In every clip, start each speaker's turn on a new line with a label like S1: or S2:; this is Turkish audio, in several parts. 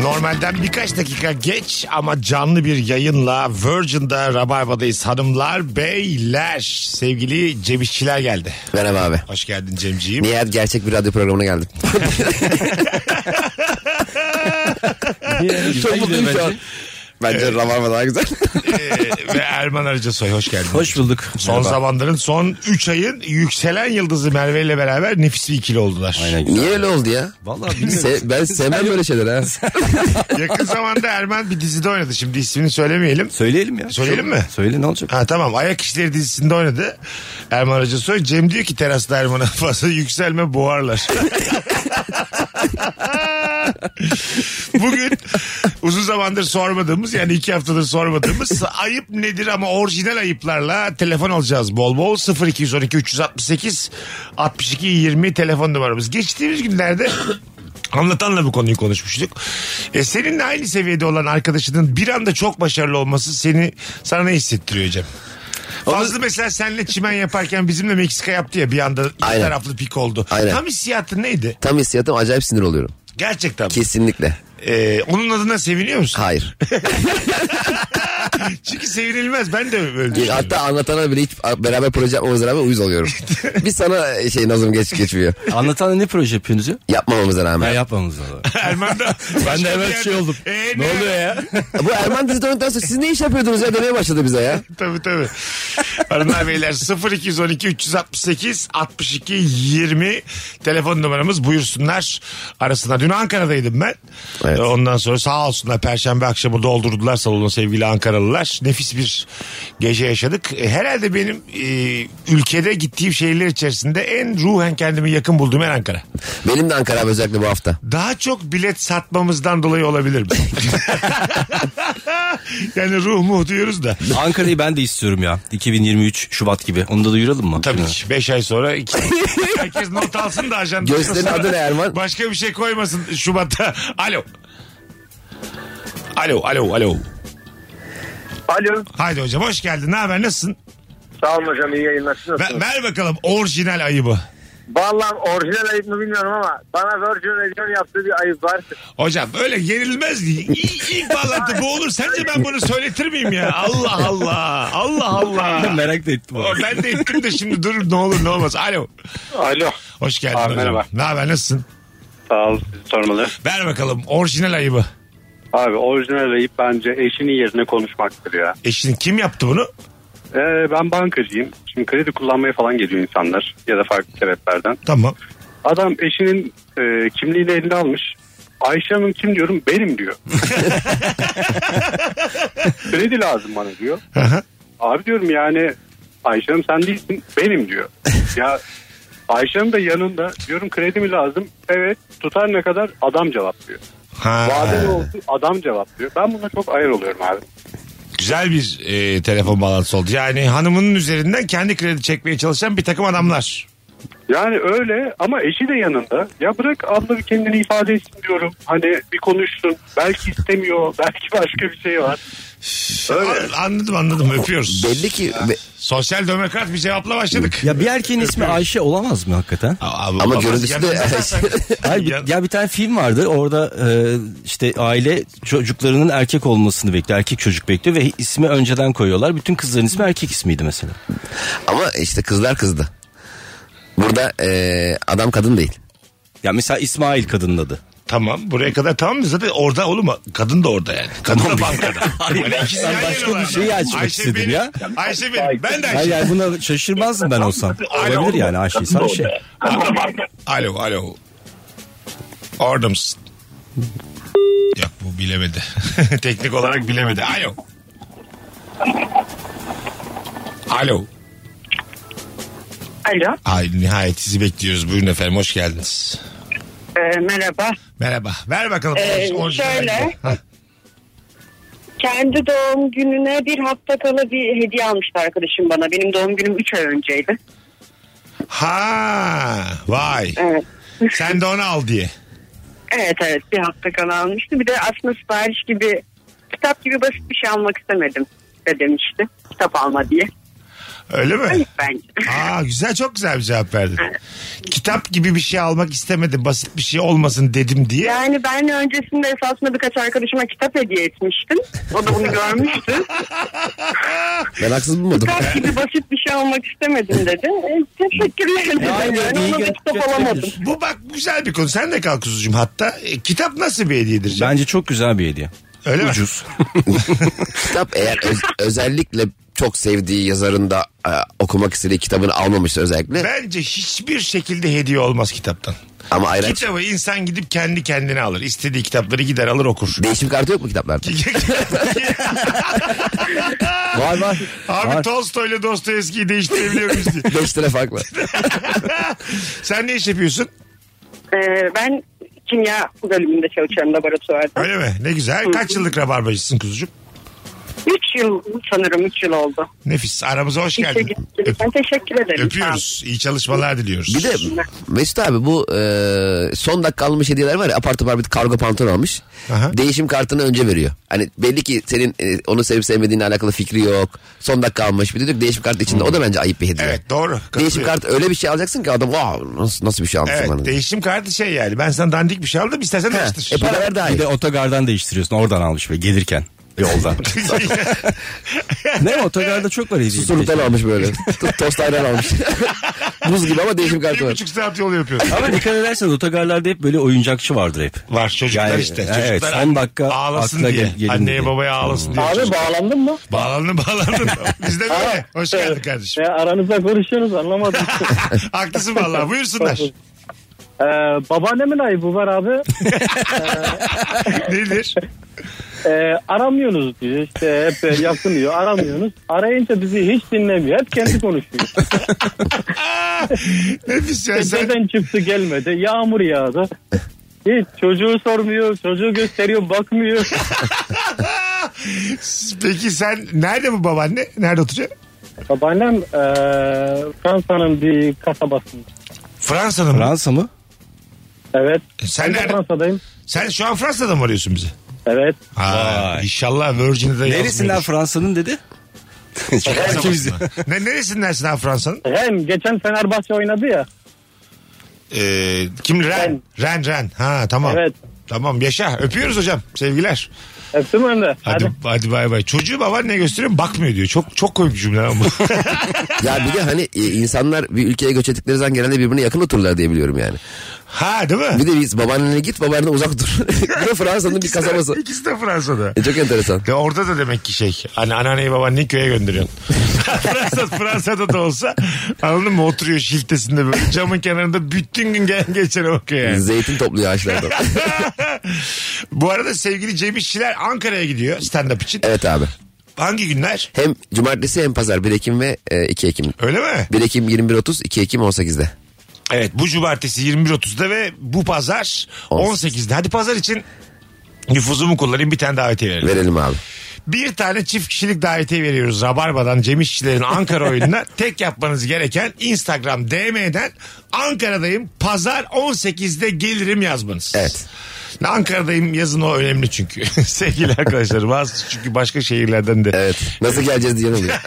S1: Normalden birkaç dakika geç ama canlı bir yayınla Virgin'da Rabarba'dayız hanımlar beyler. Sevgili Cem İşçiler geldi.
S2: Merhaba abi.
S1: Hoş geldin Cemciğim.
S2: Nihayet gerçek bir radyo programına geldim. Çok mutluyum şu an. Bence Rabarba daha güzel.
S1: Ee, ve Erman Arıca Soy hoş geldin.
S3: Hoş bulduk.
S1: Son zamanların son 3 ayın yükselen yıldızı Merve ile beraber nefis bir ikili oldular.
S2: Niye öyle oldu ya?
S3: Vallahi
S2: Se- ben sevmem böyle şeyler ha.
S1: Yakın zamanda Erman bir dizide oynadı. Şimdi ismini söylemeyelim.
S3: Söyleyelim ya.
S1: Söyleyelim mi?
S3: Söyle ne olacak?
S1: Ha tamam Ayak İşleri dizisinde oynadı. Erman Arıca Soy. Cem diyor ki terasta Erman'a fazla yükselme boğarlar. Bugün uzun zamandır sormadığımız yani iki haftadır sormadığımız ayıp nedir ama orijinal ayıplarla telefon alacağız bol bol 0212 368 62 20 telefon numaramız. Geçtiğimiz günlerde Anlatanla bu konuyu konuşmuştuk. E, seninle aynı seviyede olan arkadaşının bir anda çok başarılı olması seni sana ne hissettiriyor Cem? Fazlı mesela seninle çimen yaparken bizimle Meksika yaptı ya bir anda iki
S2: Aynen.
S1: taraflı pik oldu.
S2: Aynen.
S1: Tam hissiyatın neydi?
S2: Tam hissiyatım acayip sinir oluyorum.
S1: Gerçekten.
S2: Kesinlikle.
S1: E, onun adına seviniyor musun?
S2: Hayır.
S1: Çünkü sevinilmez. Ben de öyle
S2: E,
S1: düşünüyorum.
S2: Hatta anlatana bile hiç beraber proje yapmamamıza rağmen uyuz oluyorum. Bir sana şey nazım geç geçmiyor.
S3: Anlatan da ne proje yapıyorsunuz ya?
S2: Yapmamamıza
S3: Ben
S2: rağmen.
S3: yapmamız lazım.
S1: Erman da.
S3: ben de
S1: bir
S3: hemen
S1: yerde-
S3: şey oldum.
S1: Ee,
S3: ne oluyor ya?
S2: Bu Erman dizide oynadıktan sonra siz ne iş yapıyordunuz ya demeye başladı bize ya.
S1: Tabii tabii. Hanımlar beyler 0212 368 62 20 telefon numaramız buyursunlar arasınlar. Dün Ankara'daydım ben.
S2: Evet.
S1: Ee, Ondan sonra sağ olsunlar perşembe akşamı doldurdular salonu sevgili Ankaralılar. Nefis bir gece yaşadık. Ee, Herhalde benim e, ülkede gittiğim şehirler içerisinde en ruhen kendimi yakın bulduğum en Ankara.
S2: Benim de Ankara abi özellikle bu hafta.
S1: Daha çok bilet satmamızdan dolayı olabilir mi? yani ruh muh diyoruz da.
S3: Ankara'yı ben de istiyorum ya. 2023 Şubat gibi. Onu da duyuralım mı?
S1: Tabii
S3: Şunu.
S1: ki 5 ay sonra iki- herkes not alsın da ajanda.
S2: Gösterinin adı ne Erman?
S1: Başka bir şey koymasın Şubat'ta. Alo. Alo, alo, alo.
S4: Alo.
S1: Haydi hocam hoş geldin. Ne haber? Nasılsın?
S4: Sağ olun hocam iyi yayınlar. Siz
S1: Ver,
S4: nasılsınız?
S1: ver bakalım orijinal ayıbı.
S4: Vallahi orijinal ayıp mı bilmiyorum ama bana Virgin Radio yaptığı bir ayıp var.
S1: Hocam öyle yenilmez diye. İlk, ilk bağlantı bu olur. Sence ben bunu söyletir miyim ya? Allah Allah. Allah
S3: Ben
S1: Allah.
S3: merak da ettim.
S1: O, Ben de ettim de şimdi durur ne olur ne olmaz. Alo.
S5: Alo.
S1: Hoş geldin
S5: Abi,
S1: hocam.
S5: merhaba.
S1: Ne haber? Nasılsın?
S5: Sağ ol sizi sormalı.
S1: Ver bakalım orijinal ayıbı.
S5: Abi orijinal ayıp bence eşinin yerine konuşmaktır ya.
S1: E şimdi kim yaptı bunu?
S5: Ee, ben bankacıyım. Şimdi kredi kullanmaya falan geliyor insanlar ya da farklı sebeplerden.
S1: Tamam.
S5: Adam eşinin e, kimliğini eline almış. Ayşe Hanım kim diyorum benim diyor. kredi lazım bana diyor.
S1: Aha.
S5: Abi diyorum yani Ayşe Hanım sen değilsin benim diyor. Ya Ayşe Hanım da yanında diyorum kredi mi lazım? Evet tutar ne kadar adam cevaplıyor.
S1: Ha.
S5: Vadeli olsun adam cevaplıyor. Ben buna çok ayır oluyorum abi.
S1: Güzel bir e, telefon bağlantısı oldu. Yani hanımının üzerinden kendi kredi çekmeye çalışan bir takım adamlar.
S5: Yani öyle ama eşi de yanında. Ya bırak abla bir kendini ifade etsin diyorum. Hani bir konuşsun. Belki istemiyor. Belki başka bir şey var.
S1: An- anladım anladım öpüyoruz.
S2: Belli ki be-
S1: Sosyal demokrat bir cevapla başladık.
S3: Ya bir erkeğin ismi Ayşe olamaz mı hakikaten?
S2: Ama görüntüsü de-
S3: Hayır, bir- ya bir tane film vardı orada e, işte aile çocuklarının erkek olmasını bekliyor. Erkek çocuk bekliyor ve ismi önceden koyuyorlar. Bütün kızların ismi erkek ismiydi mesela.
S2: ama işte kızlar kızdı. Burada eee, adam kadın değil.
S3: Ya mesela İsmail kadının adı.
S1: Tamam buraya kadar tamam mı? Zaten orada oğlum kadın da orada yani. Kadın da bankada. Böyle ikisi
S3: ben
S1: yan
S3: başka
S1: yana
S3: bir
S1: var.
S3: şeyi açmak
S1: Ayşe
S3: istedim
S1: benim.
S3: ya.
S1: Ayşe benim. Ben de
S3: Hayır
S1: Ayşe.
S3: yani buna şaşırmazdım ben olsam. Olabilir yani Ayşe şey- ise Ayşe.
S1: Alo alo. Orada mısın? Yok bu bilemedi. Teknik olarak bilemedi. Alo. Alo.
S6: Alo,
S1: Ay nihayet sizi bekliyoruz. Buyurun efendim hoş geldiniz.
S6: e, merhaba.
S1: Merhaba. Ver bakalım.
S6: Ee,
S1: orijinal
S6: şöyle.
S1: ayıbı. Hah.
S6: Kendi doğum gününe bir hafta kala bir hediye almıştı arkadaşım bana. Benim doğum günüm 3 ay önceydi.
S1: Ha vay.
S6: Evet.
S1: Sen de onu al diye.
S6: Evet evet bir hafta kala almıştı. Bir de aslında sipariş gibi kitap gibi basit bir şey almak istemedim de demişti. Kitap alma diye.
S1: Öyle mi?
S6: Ayıp bence.
S1: Aa güzel çok güzel bir cevap verdin. Kitap gibi bir şey almak istemedim. Basit bir şey olmasın dedim diye.
S6: Yani ben öncesinde esasında birkaç arkadaşıma kitap hediye etmiştim. O da bunu görmüştü.
S2: Ben haksız bulmadım.
S6: kitap gibi basit bir şey almak istemedim dedi. E, teşekkürler dedim.
S3: Aynen,
S6: Yani
S3: iyi
S6: ona da
S3: gö-
S6: kitap alamadım.
S3: gösterebilir.
S1: Bu bak güzel bir konu. Sen de kalk kuzucuğum hatta. E, kitap nasıl bir hediyedir? canım?
S3: Bence çok güzel bir hediye.
S1: Öyle mi?
S3: Ucuz.
S2: Kitap eğer öz- özellikle çok sevdiği yazarın da e, okumak istediği kitabını almamışsa özellikle.
S1: Bence hiçbir şekilde hediye olmaz kitaptan.
S2: Ama ayran
S1: Kitabı insan gidip kendi kendine alır. İstediği kitapları gider alır okur.
S2: değişim kartı yok mu kitaplarda?
S3: Var var.
S1: Abi
S3: Var.
S1: Tolstoy'la Dostoyevski'yi değiştirebiliyor muyuz diye.
S2: 5 lira farklı.
S1: Sen ne iş yapıyorsun?
S6: E, ben kimya bölümünde çalışıyorum laboratuvarda.
S1: Öyle mi? Ne güzel. Kaç yıllık rabarbacısın kuzucuğum?
S6: 3 yıl sanırım 3 yıl oldu.
S1: Nefis. Aramıza hoş
S6: İşe
S1: geldin.
S6: gittim.
S1: Öp-
S6: Ben teşekkür ederim.
S1: öpüyoruz. İyi çalışmalar diliyoruz.
S2: Bir de Mesut abi bu e, son dakika almış hediyeler var ya apar topar bir kargo pantolon almış.
S1: Aha.
S2: Değişim kartını önce veriyor. Hani belli ki senin e, onu sevip sevmediğinle alakalı fikri yok. Son dakika almış bir de diyor ki değişim kartı içinde o da bence ayıp bir hediye.
S1: Hmm. Evet doğru.
S2: Değişim
S1: Katılıyorum.
S2: kartı öyle bir şey alacaksın ki adam wow, nasıl, nasıl bir şey almışsın
S1: Evet
S2: bana. diyor.
S1: değişim kartı şey yani ben sana dandik bir şey aldım istersen
S2: E
S1: değiştir.
S2: para ver daha
S3: Bir
S2: iyi.
S3: de otogardan değiştiriyorsun. Oradan almış ve gelirken yoldan. ne otogarda çok var hediye.
S2: Susurluktan almış böyle. To- Tost ayran almış. Buz gibi ama değişim
S1: Bir
S2: kartı var.
S1: buçuk saat yol yapıyorsun.
S3: Ama dikkat edersen otogarlarda hep böyle oyuncakçı vardır hep.
S1: Var çocuklar
S3: Yani,
S1: işte.
S3: evet,
S1: Çocuklar
S3: son dakika
S1: ağlasın
S3: aklına
S1: diye.
S3: gel- gelin
S1: Anneye
S3: diye.
S1: babaya ağlasın diye.
S4: Abi
S1: Çocuk-
S4: bağlandın mı?
S1: Bağlandın bağlandın. Biz de
S4: Aa,
S1: böyle. Hoş
S4: evet.
S1: geldin kardeşim.
S4: Ya aranızda konuşuyoruz anlamadım.
S1: Haklısın vallahi buyursunlar.
S4: ee, babaannemin ayıbı var abi.
S1: Nedir?
S4: Ee, aramıyorsunuz diyor. İşte hep e, yakın diyor. Aramıyorsunuz. Arayınca bizi hiç dinlemiyor. Hep kendi konuşuyor.
S1: Aa, Nefis ya
S4: İşte
S1: sen.
S4: deden çıktı gelmedi. Yağmur yağdı. Hiç çocuğu sormuyor. Çocuğu gösteriyor bakmıyor.
S1: Peki sen nerede bu babaanne? Nerede oturuyor?
S4: Babaannem e, Fransa'nın bir kasabasında.
S1: Fransa'da mı? E,
S3: Fransa mı?
S4: Evet.
S1: Sen
S4: ben de
S1: nerede-
S4: Fransa'dayım.
S1: Sen şu an Fransa'da mı arıyorsun bizi?
S4: Evet.
S1: Ha,
S3: Vay.
S1: inşallah Virgin'de de
S3: Neresinden
S1: yazmıyordur.
S3: Fransa'nın dedi? Çok
S1: Fransa'da
S3: hakimiz.
S1: mı? ne, neresindensin abi Fransa'nın?
S4: Hem geçen Fenerbahçe oynadı ya.
S1: Ee, kim? Ren.
S4: Ren.
S1: Ren Ren. Ha tamam.
S4: Evet.
S1: Tamam yaşa. Öpüyoruz hocam. Sevgiler.
S4: Öptüm ben de.
S1: Hadi hadi, bay bay. Çocuğu baban ne gösteriyor? Bakmıyor diyor. Çok çok komik bir cümle ama.
S2: Ya bir de hani e, insanlar bir ülkeye göç ettikleri zaman genelde birbirine yakın otururlar diye biliyorum yani.
S1: ha değil mi?
S2: Bir de biz babaannene git babaannene uzak dur. bir de Fransa'nın bir kasabası.
S1: İkisi de Fransa'da.
S2: E, çok enteresan.
S1: Ve orada da demek ki şey. Hani anneanneyi babaanneyi köye gönderiyorsun. Fransa, Fransa'da da olsa anladın mı? Oturuyor şiltesinde böyle camın kenarında bütün gün gelen geçene bakıyor yani.
S2: Zeytin topluyor ağaçlardan.
S1: Bu arada sevgili Cem İşçiler Ankara'ya gidiyor stand-up için.
S2: evet abi.
S1: Hangi günler?
S2: Hem cumartesi hem pazar 1 Ekim ve e, 2 Ekim.
S1: Öyle mi?
S2: 1 Ekim 21.30 2 Ekim 18'de.
S1: Evet bu cumartesi 21.30'da ve bu pazar 18'de. Hadi pazar için nüfuzumu kullanayım bir tane davetiye verelim.
S2: Verelim abi.
S1: Bir tane çift kişilik davetiye veriyoruz Rabarba'dan Cem İşçilerin Ankara oyununa. Tek yapmanız gereken Instagram DM'den Ankara'dayım pazar 18'de gelirim yazmanız.
S2: Evet.
S1: Ankara'dayım yazın o önemli çünkü. Sevgili arkadaşlar bazı çünkü başka şehirlerden de.
S2: Evet. Nasıl geleceğiz diye oluyor.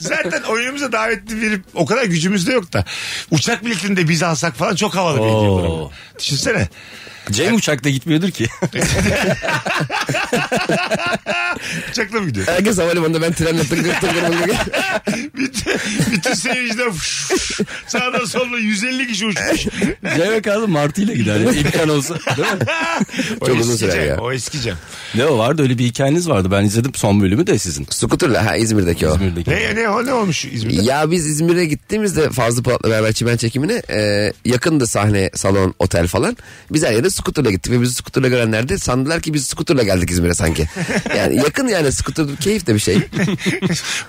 S1: Zaten oyunumuza davetli verip o kadar gücümüz de yok da. Uçak biletini de biz alsak falan çok havalı bir hediye olur ama. Düşünsene.
S3: Cem uçakta gitmiyordur ki.
S1: Uçakla mı gidiyor?
S2: Herkes havalimanında ben trenle tıngır tıngır tıngır.
S1: bütün, bütün seyirciler sağdan soldan 150 kişi uçmuş.
S3: Cem'e kaldı martıyla gider. ya, imkan olsa. Değil mi?
S1: O
S2: Çok uzun
S1: eski
S2: sürer
S1: Cem,
S2: ya.
S1: O eskicem.
S3: Ne o vardı öyle bir hikayeniz vardı. Ben izledim son bölümü de sizin.
S2: Skuterla ha İzmir'deki o.
S3: İzmir'deki.
S1: Ne, ne, o ne olmuş İzmir'de?
S2: Ya biz İzmir'e gittiğimizde Fazlı Polat'la beraber çimen çekimine e, yakındı sahne, salon, otel falan. Biz her yere skuterla gittik ve bizi skuterla görenler de sandılar ki biz skuterla geldik İzmir'e sanki. Yani yakın yani skuter keyif de bir şey.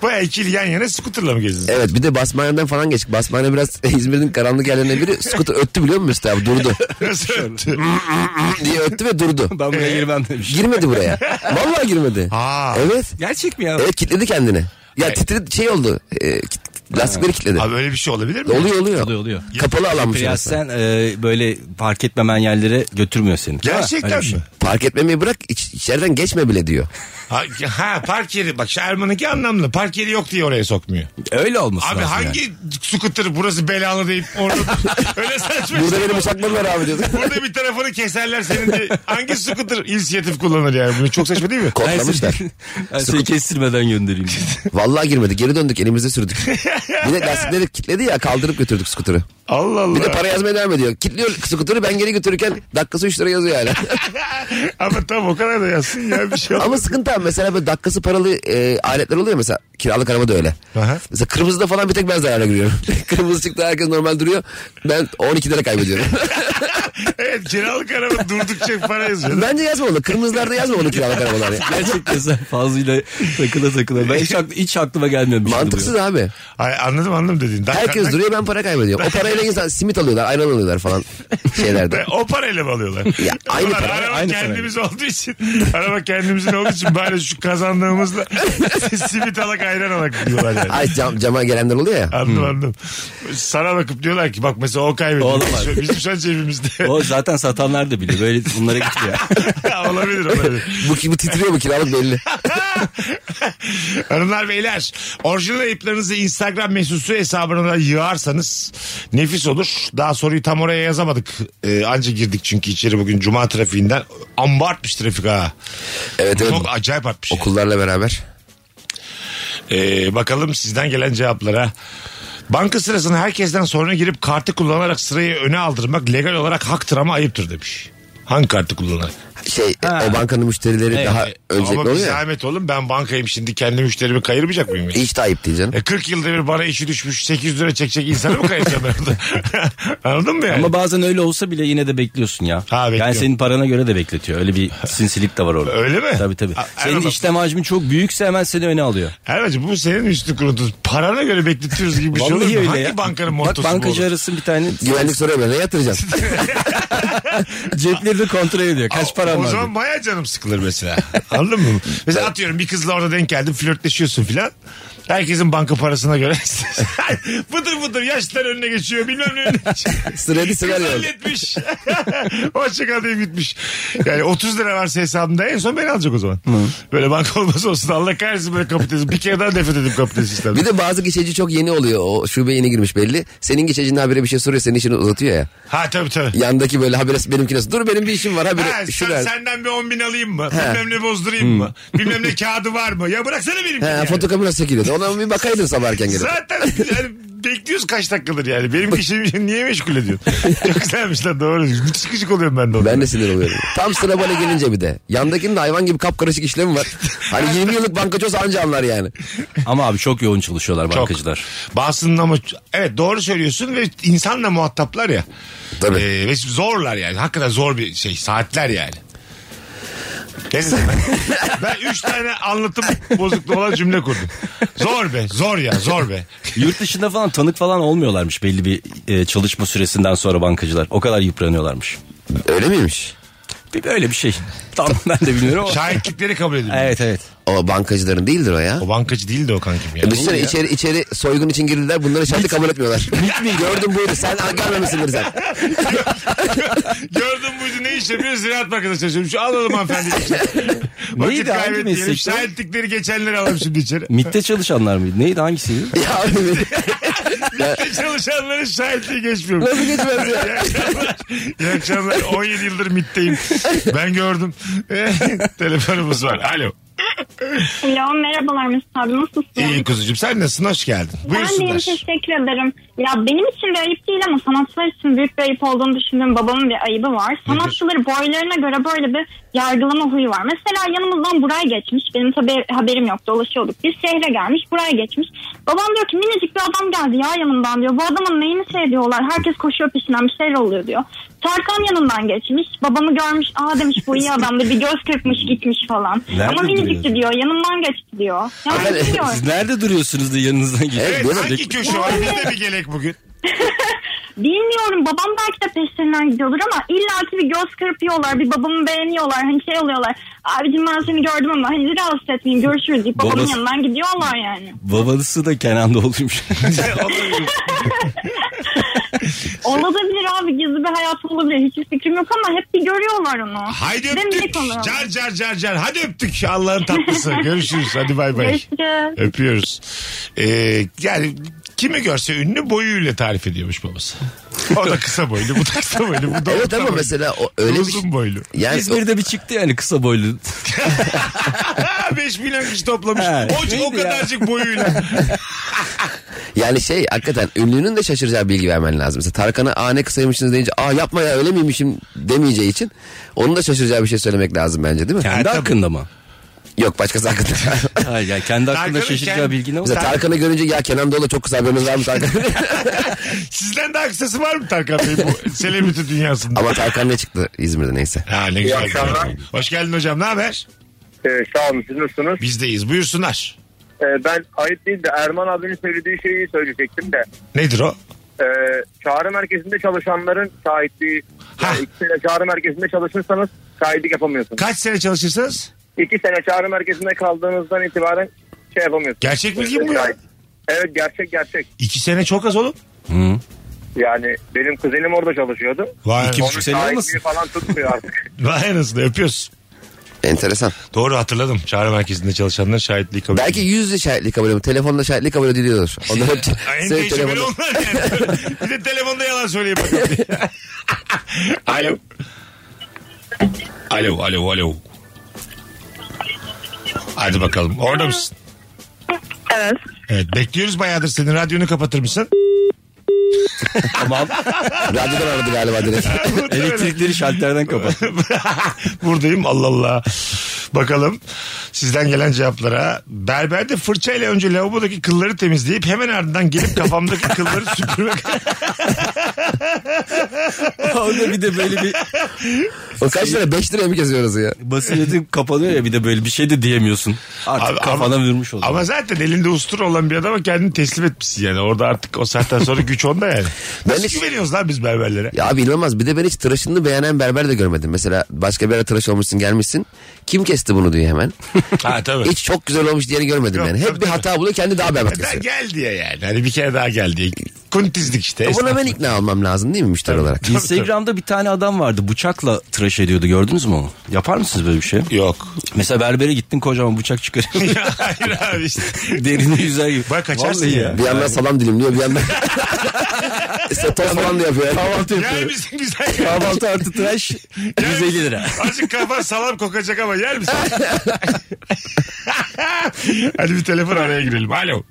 S1: Baya ikili yan yana skuterla mı gezdiniz?
S2: Evet bir de basmaneden falan geçtik. Basmane biraz İzmir'in karanlık yerlerinden biri skuter öttü biliyor musun Mesut abi durdu.
S1: Nasıl öptü?
S2: diye öttü ve durdu.
S3: Ben
S1: Ee?
S3: buraya girmem demiş.
S2: Girmedi buraya. Vallahi girmedi.
S1: Aa.
S2: Evet.
S3: Gerçek mi ya?
S2: Evet kilitledi kendini. Ya titredi şey oldu. E, kit- Lastikleri kilitledi.
S1: Abi öyle bir şey olabilir mi?
S2: Oluyor oluyor.
S3: Oluyor, oluyor.
S2: Kapalı alanmış
S3: Prens
S2: orası.
S3: sen e, böyle park etmemen yerlere götürmüyor seni.
S1: Gerçekten
S3: Öyle bir
S1: mi?
S3: şey.
S2: Park etmemeyi bırak iç- içeriden geçme bile diyor.
S1: Ha, ha park yeri bak şu Erman'ınki anlamlı. Park yeri yok diye oraya sokmuyor.
S3: Öyle olması
S1: Abi
S3: lazım
S1: hangi
S3: yani.
S1: scooter burası belalı deyip orada öyle saçma.
S2: Burada
S1: şey.
S2: benim uçaklarım var abi diyor.
S1: Burada bir tarafını keserler senin de hangi scooter inisiyatif kullanır yani bunu çok saçma değil mi?
S2: Kodlamışlar.
S3: Ben
S2: şey
S3: seni kestirmeden göndereyim.
S2: Vallahi girmedi. Geri döndük elimizde sürdük. bir de lastikleri kilitledi ya kaldırıp götürdük skuturu.
S1: Allah Allah.
S2: Bir de para yazmaya devam ediyor. Kilitliyor skuturu ben geri götürürken dakikası 3 lira yazıyor hala.
S1: Ama tam o kadar da yazsın ya bir şey olmaz.
S2: Ama sıkıntı abi mesela böyle dakikası paralı e, aletler oluyor mesela kiralık araba da öyle.
S1: Aha.
S2: Mesela kırmızıda falan bir tek ben zarara giriyorum. Kırmızı çıktı herkes normal duruyor. Ben 12 lira kaybediyorum.
S1: Evet kiralık araba durdukça para yazıyor.
S2: Bence yazmamalı. Kırmızılarda yazmamalı kiralık arabalar. ya.
S3: Gerçekten sen fazlıyla takıla takıla. Ben hiç, aklı- hiç aklıma gelmiyor bir şey
S2: Mantıksız
S3: bu.
S2: abi.
S1: Ay, anladım anladım dediğin. Dak-
S2: Herkes
S1: dak-
S2: duruyor ben para kaybediyorum. O parayla insan simit alıyorlar, ayran alıyorlar falan
S1: Ve
S2: şeylerde.
S1: O parayla mı alıyorlar?
S2: Ya, aynı
S1: Ulan
S2: para,
S1: Araba
S3: aynı
S1: kendimiz olduğu için. Araba kendimizin olduğu için bari şu kazandığımızla simit alak ayran alak diyorlar yani.
S2: Ay cam, cama gelenler oluyor ya. Hmm.
S1: Anladım anladım. Sana bakıp diyorlar ki bak mesela o kaybediyor.
S3: Oğlum var.
S1: Şu- Bizim şu an cebimizde.
S3: O zaten satanlar da biliyor. Böyle bunlara gidiyor.
S1: olabilir olabilir.
S2: Bu, bu titriyor bu kiralık belli.
S1: Hanımlar beyler orijinal ayıplarınızı Instagram mesusu hesabına da yığarsanız nefis olur. Daha soruyu tam oraya yazamadık. Ee, anca girdik çünkü içeri bugün cuma trafiğinden. Amba artmış trafik ha.
S2: Evet evet.
S1: Çok acayip artmış. yani.
S2: Okullarla beraber.
S1: Ee, bakalım sizden gelen cevaplara. Banka sırasına herkesten sonra girip kartı kullanarak sırayı öne aldırmak legal olarak haktır ama ayıptır demiş. Hangi kartı kullanarak?
S2: Şey o bankanın müşterileri daha öncelikli
S1: e, Ama bir
S2: oluyor ya.
S1: zahmet oğlum ben bankayım şimdi kendi müşterimi kayırmayacak mıyım? ya?
S2: Hiç de ayıp değil canım.
S1: E 40 yılda bir bana işi düşmüş 800 lira çekecek insanı mı kayıracağım ben orada? Anladın mı yani?
S3: Ama bazen öyle olsa bile yine de bekliyorsun ya.
S1: Ha, bekliyorum.
S3: yani senin parana göre de bekletiyor. Öyle bir sinsilik de var orada.
S1: Öyle mi?
S3: Tabii tabii.
S1: A-
S3: senin
S1: Erman-
S3: işlem hacmin çok büyükse hemen seni öne alıyor.
S1: Erman'cığım bu senin üstü kurutun. Parana göre bekletiyoruz gibi bir şey olur mu?
S3: Vallahi öyle
S1: Hangi
S3: ya.
S1: bankanın mottosu
S3: Bak bankacı
S1: bu olur?
S3: arasın bir tane
S2: Güvenlik soruyor ben ne yatıracağım?
S3: ceplerini kontrol ediyor. Kaç
S1: o
S3: param var? diyor.
S1: zaman baya canım sıkılır mesela. Anladın mı? Mesela atıyorum bir kızla orada denk geldim flörtleşiyorsun filan. Herkesin banka parasına göre. bıdır bıdır yaşlar önüne geçiyor bilmem ne önüne geçiyor.
S2: Sırayı
S1: Kız
S2: sırayla.
S1: halletmiş. Hoşçakal deyip gitmiş. Yani 30 lira varsa hesabımda en son beni alacak o zaman. Böyle banka olmaz olsun Allah kahretsin böyle kapitalizm. Bir kere daha nefret edip kapitalist sistemden.
S2: Bir de bazı geçici çok yeni oluyor. O şube yeni girmiş belli. Senin geçicinin habire bir şey soruyor. Senin işini uzatıyor ya.
S1: Ha tabii tabii.
S2: Yandaki böyle habire benimki nasıl? Dur benim bir işim var habire.
S1: Ha, sen-
S2: şu ver.
S1: senden bir 10 bin alayım mı? Bilmem ne bozdurayım mı? Bilmem ne kağıdı var mı? Ya bıraksana benim.
S2: He, fotokopi nasıl çekiliyordu? Ona bir bakaydın sabah erken gelip.
S1: Zaten yani bekliyoruz kaç dakikadır yani. Benim işimi niye meşgul ediyorsun? Çok güzelmiş lan doğru. Gıcık gıcık oluyorum ben de onlara.
S2: Ben de sinir oluyorum. Tam sıra bana gelince bir de. Yandakinin de hayvan gibi kapkarışık işlemi var. Hani 20 yıllık bankacı olsa anca anlar yani.
S3: Ama abi çok yoğun çalışıyorlar
S1: Çok.
S3: bankacılar.
S1: Bazısının ama evet doğru söylüyorsun ve insanla muhataplar ya.
S2: Tabii.
S1: Ee, ve zorlar yani. Hakikaten zor bir şey. Saatler yani. Neyse ben- ben üç tane anlatım bozukluğu olan cümle kurdum. Zor be, zor ya, zor be.
S3: Yurt dışında falan tanık falan olmuyorlarmış belli bir e, çalışma süresinden sonra bankacılar. O kadar yıpranıyorlarmış.
S2: Öyle miymiş?
S3: Bir böyle bir şey. Tam ben de bilmiyorum ama.
S1: Şahitlikleri kabul edilmiyor.
S3: evet evet.
S2: O bankacıların değildir o ya.
S1: O bankacı değildi o kankim ya.
S2: E Düşünsene içeri, içeri soygun için girdiler. Bunları şartı kabul etmiyorlar. Gördüm buydu. Sen görmemişsindir sen.
S1: Gördüm buydu ne iş yapıyor? Ziraat Bankası çalışıyorum. Şu alalım hanımefendi. Vakit
S3: Neydi, hangi
S1: kaybetmeyelim.
S3: meslekte?
S1: Şahitlikleri geçenleri alalım şimdi içeri.
S3: MIT'te çalışanlar mıydı? Neydi hangisiydi?
S2: Ya abi,
S1: Çalışanların şahitliği geçmiyor.
S2: nasıl geçmez ya?
S1: İyi akşamlar. İyi akşamlar. 17 yıldır MIT'teyim. Ben gördüm. Telefonumuz var. Alo.
S7: Alo merhabalar Mesut abi nasılsın?
S1: İyi kuzucuğum sen nasılsın? Hoş geldin.
S7: ben de şey- iyiyim,
S1: Buyursunlar.
S7: teşekkür ederim. Ya benim için bir ayıp değil ama sanatçılar için büyük bir ayıp olduğunu düşündüğüm babamın bir ayıbı var. Sanatçıları boylarına göre böyle bir yargılama huyu var. Mesela yanımızdan buraya geçmiş. Benim tabii haberim yok dolaşıyorduk. Bir şehre gelmiş buraya geçmiş. Babam diyor ki minicik bir adam geldi ya yanımdan diyor. Bu adamın neyini seviyorlar. Herkes koşuyor peşinden bir şeyler oluyor diyor. Tarkan yanından geçmiş. Babamı görmüş. Aa demiş bu iyi adamdı. Bir göz kırpmış gitmiş falan.
S3: Nerede
S7: ama minicikti diyor. Yanımdan geçti diyor. Yani
S2: Efendim,
S7: bilmiyorum.
S3: Siz nerede duruyorsunuz da yanınızdan geçiyor?
S1: Evet,
S2: Evet,
S1: hangi köşe var? Bizde bir gelek bugün.
S7: Bilmiyorum babam belki de peşlerinden gidiyordur ama illaki bir göz kırpıyorlar. Bir babamı beğeniyorlar. Hani şey oluyorlar. Abicim ben seni gördüm ama hani rahatsız etmeyeyim görüşürüz deyip babamın
S3: Babası-
S7: yanından gidiyorlar yani.
S3: Babası da Kenan Doğulu'ymuş.
S7: Olabilir abi gizli bir hayat olabilir. Hiçbir fikrim yok ama hep bir görüyorlar onu.
S1: Haydi
S7: Bir şey de
S1: öptük.
S7: minik oluyor.
S1: Car car car car. Hadi öptük. Allah'ın tatlısı. Görüşürüz. Hadi bay bay.
S7: Görüşürüz.
S1: Öpüyoruz. Ee, yani kimi görse ünlü boyuyla tarif ediyormuş babası. O da kısa boylu, bu da kısa boylu, bu da
S2: Evet
S1: orta
S2: ama
S1: boylu.
S2: mesela o öyle bir şey-
S1: Uzun boylu.
S2: Yani
S3: İzmir'de bir çıktı yani kısa boylu.
S1: Ha 5 milyon kişi toplamış.
S3: Ha,
S1: O, o
S3: neydi ya?
S1: kadarcık boyuyla.
S2: yani şey hakikaten ünlünün de şaşıracağı bilgi vermen lazım. Mesela Tarkan'a aa ne kısaymışsınız deyince aa yapma ya öyle miymişim demeyeceği için onun da şaşıracağı bir şey söylemek lazım bence değil mi?
S3: Kendi hakkında mı?
S2: Yok başkası hakkında.
S3: Hayır ya kendi hakkında
S1: Tarkan'ın
S3: şaşıracağı
S1: kendi-
S3: bilgi ne var?
S2: Mesela Tarkan'ı görünce ya Kenan Doğulu çok kısa haberiniz var mı Tarkan?
S1: Sizden daha kısası var mı Tarkan Bey bu selebriti dünyasında?
S2: Ama Tarkan ne çıktı İzmir'de neyse.
S1: Ha, ne güzel.
S5: akşamlar.
S1: Hoş geldin hocam. Ne haber?
S5: Ee, sağ olun siz nasılsınız?
S1: Bizdeyiz. Buyursunlar.
S5: Ee, ben ayıp değil de Erman abinin söylediği şeyi şey söyleyecektim de.
S1: Nedir o?
S5: Ee, çağrı merkezinde çalışanların sahipliği.
S1: Ha.
S5: Yani iki sene çağrı merkezinde çalışırsanız sahiplik yapamıyorsunuz.
S1: Kaç sene çalışırsanız?
S5: İki sene çağrı merkezinde kaldığınızdan itibaren şey yapamıyorsunuz.
S1: Gerçek bilgi mi bu ya?
S5: Evet gerçek gerçek.
S1: İki sene çok az oğlum.
S3: Hı.
S5: Yani benim kuzenim orada çalışıyordu.
S1: Vay,
S3: İki buçuk sene olmasın?
S5: Sahipliği falan tutmuyor artık.
S1: vay anasını öpüyoruz.
S2: Enteresan.
S1: Doğru hatırladım. Çağrı merkezinde çalışanlar şahitliği kabul
S2: Belki yüzde şahitlik kabul ediyor. Telefonda şahitlik kabul ediliyordur. Onlar hep
S1: Ay, En
S2: sürekli
S1: tecrübeli
S2: telefonda.
S1: onlar yani. bir de telefonda yalan söyleyeyim bakalım. alo. Alo, alo, alo. Hadi bakalım. Orada mısın?
S6: Evet.
S1: Evet, bekliyoruz bayağıdır seni. Radyonu kapatır mısın?
S3: Tamam.
S2: Radyodan aradı galiba direkt.
S3: Elektrikleri şalterden kapat.
S1: Buradayım Allah Allah. Bakalım sizden gelen cevaplara. Berberde fırçayla önce lavabodaki kılları temizleyip hemen ardından gelip kafamdaki kılları süpürmek.
S3: Orada bir de böyle bir
S2: O kaç lira? 5 liraya mı kesiyoruz ya?
S3: basiretin kapanıyor ya bir de böyle bir şey de diyemiyorsun.
S1: Abi
S3: Artık kafana
S1: ama-
S3: vurmuş oluyor.
S1: Ama zaten elinde ustura olan bir adama kendini teslim etmişsin yani. Orada artık o saatten sonra güç onda yani. Nasıl
S2: hiç-
S1: güveniyoruz lan biz berberlere?
S2: Ya abi inanılmaz. Bir de ben hiç tıraşını beğenen berber de görmedim. Mesela başka bir ara tıraş olmuşsun gelmişsin. Kim kesti bunu diye hemen.
S1: ha tabii.
S2: Hiç çok güzel olmuş diyeni görmedim
S1: Yok,
S2: yani.
S1: tabii,
S2: Hep bir
S1: tabii.
S2: hata buluyor kendi daha berbat
S1: Daha
S2: kesiyor.
S1: gel diye yani. Hani bir kere daha gel diye. Kuntizlik işte.
S2: Buna
S1: esnaf.
S2: ben ikna olmam lazım değil mi müşteri olarak?
S3: Instagram'da bir tane adam vardı bıçakla tıraş ediyordu gördünüz mü onu? Yapar mısınız böyle bir şey?
S1: Yok.
S3: Mesela berbere gittin kocaman bıçak çıkarıyor.
S1: Ya Hayır abi işte.
S3: Derini yüzer gibi.
S1: Bak kaçarsın
S3: Vallahi
S1: ya.
S2: Bir yandan salam dilimliyor bir yandan. Sotol falan da yapıyor. Kahvaltı
S1: Yer misin güzel ya?
S3: Kahvaltı artı tıraş 150 lira.
S1: Azıcık kafan salam kokacak ama yer misin? Hadi bir telefon araya girelim. Alo.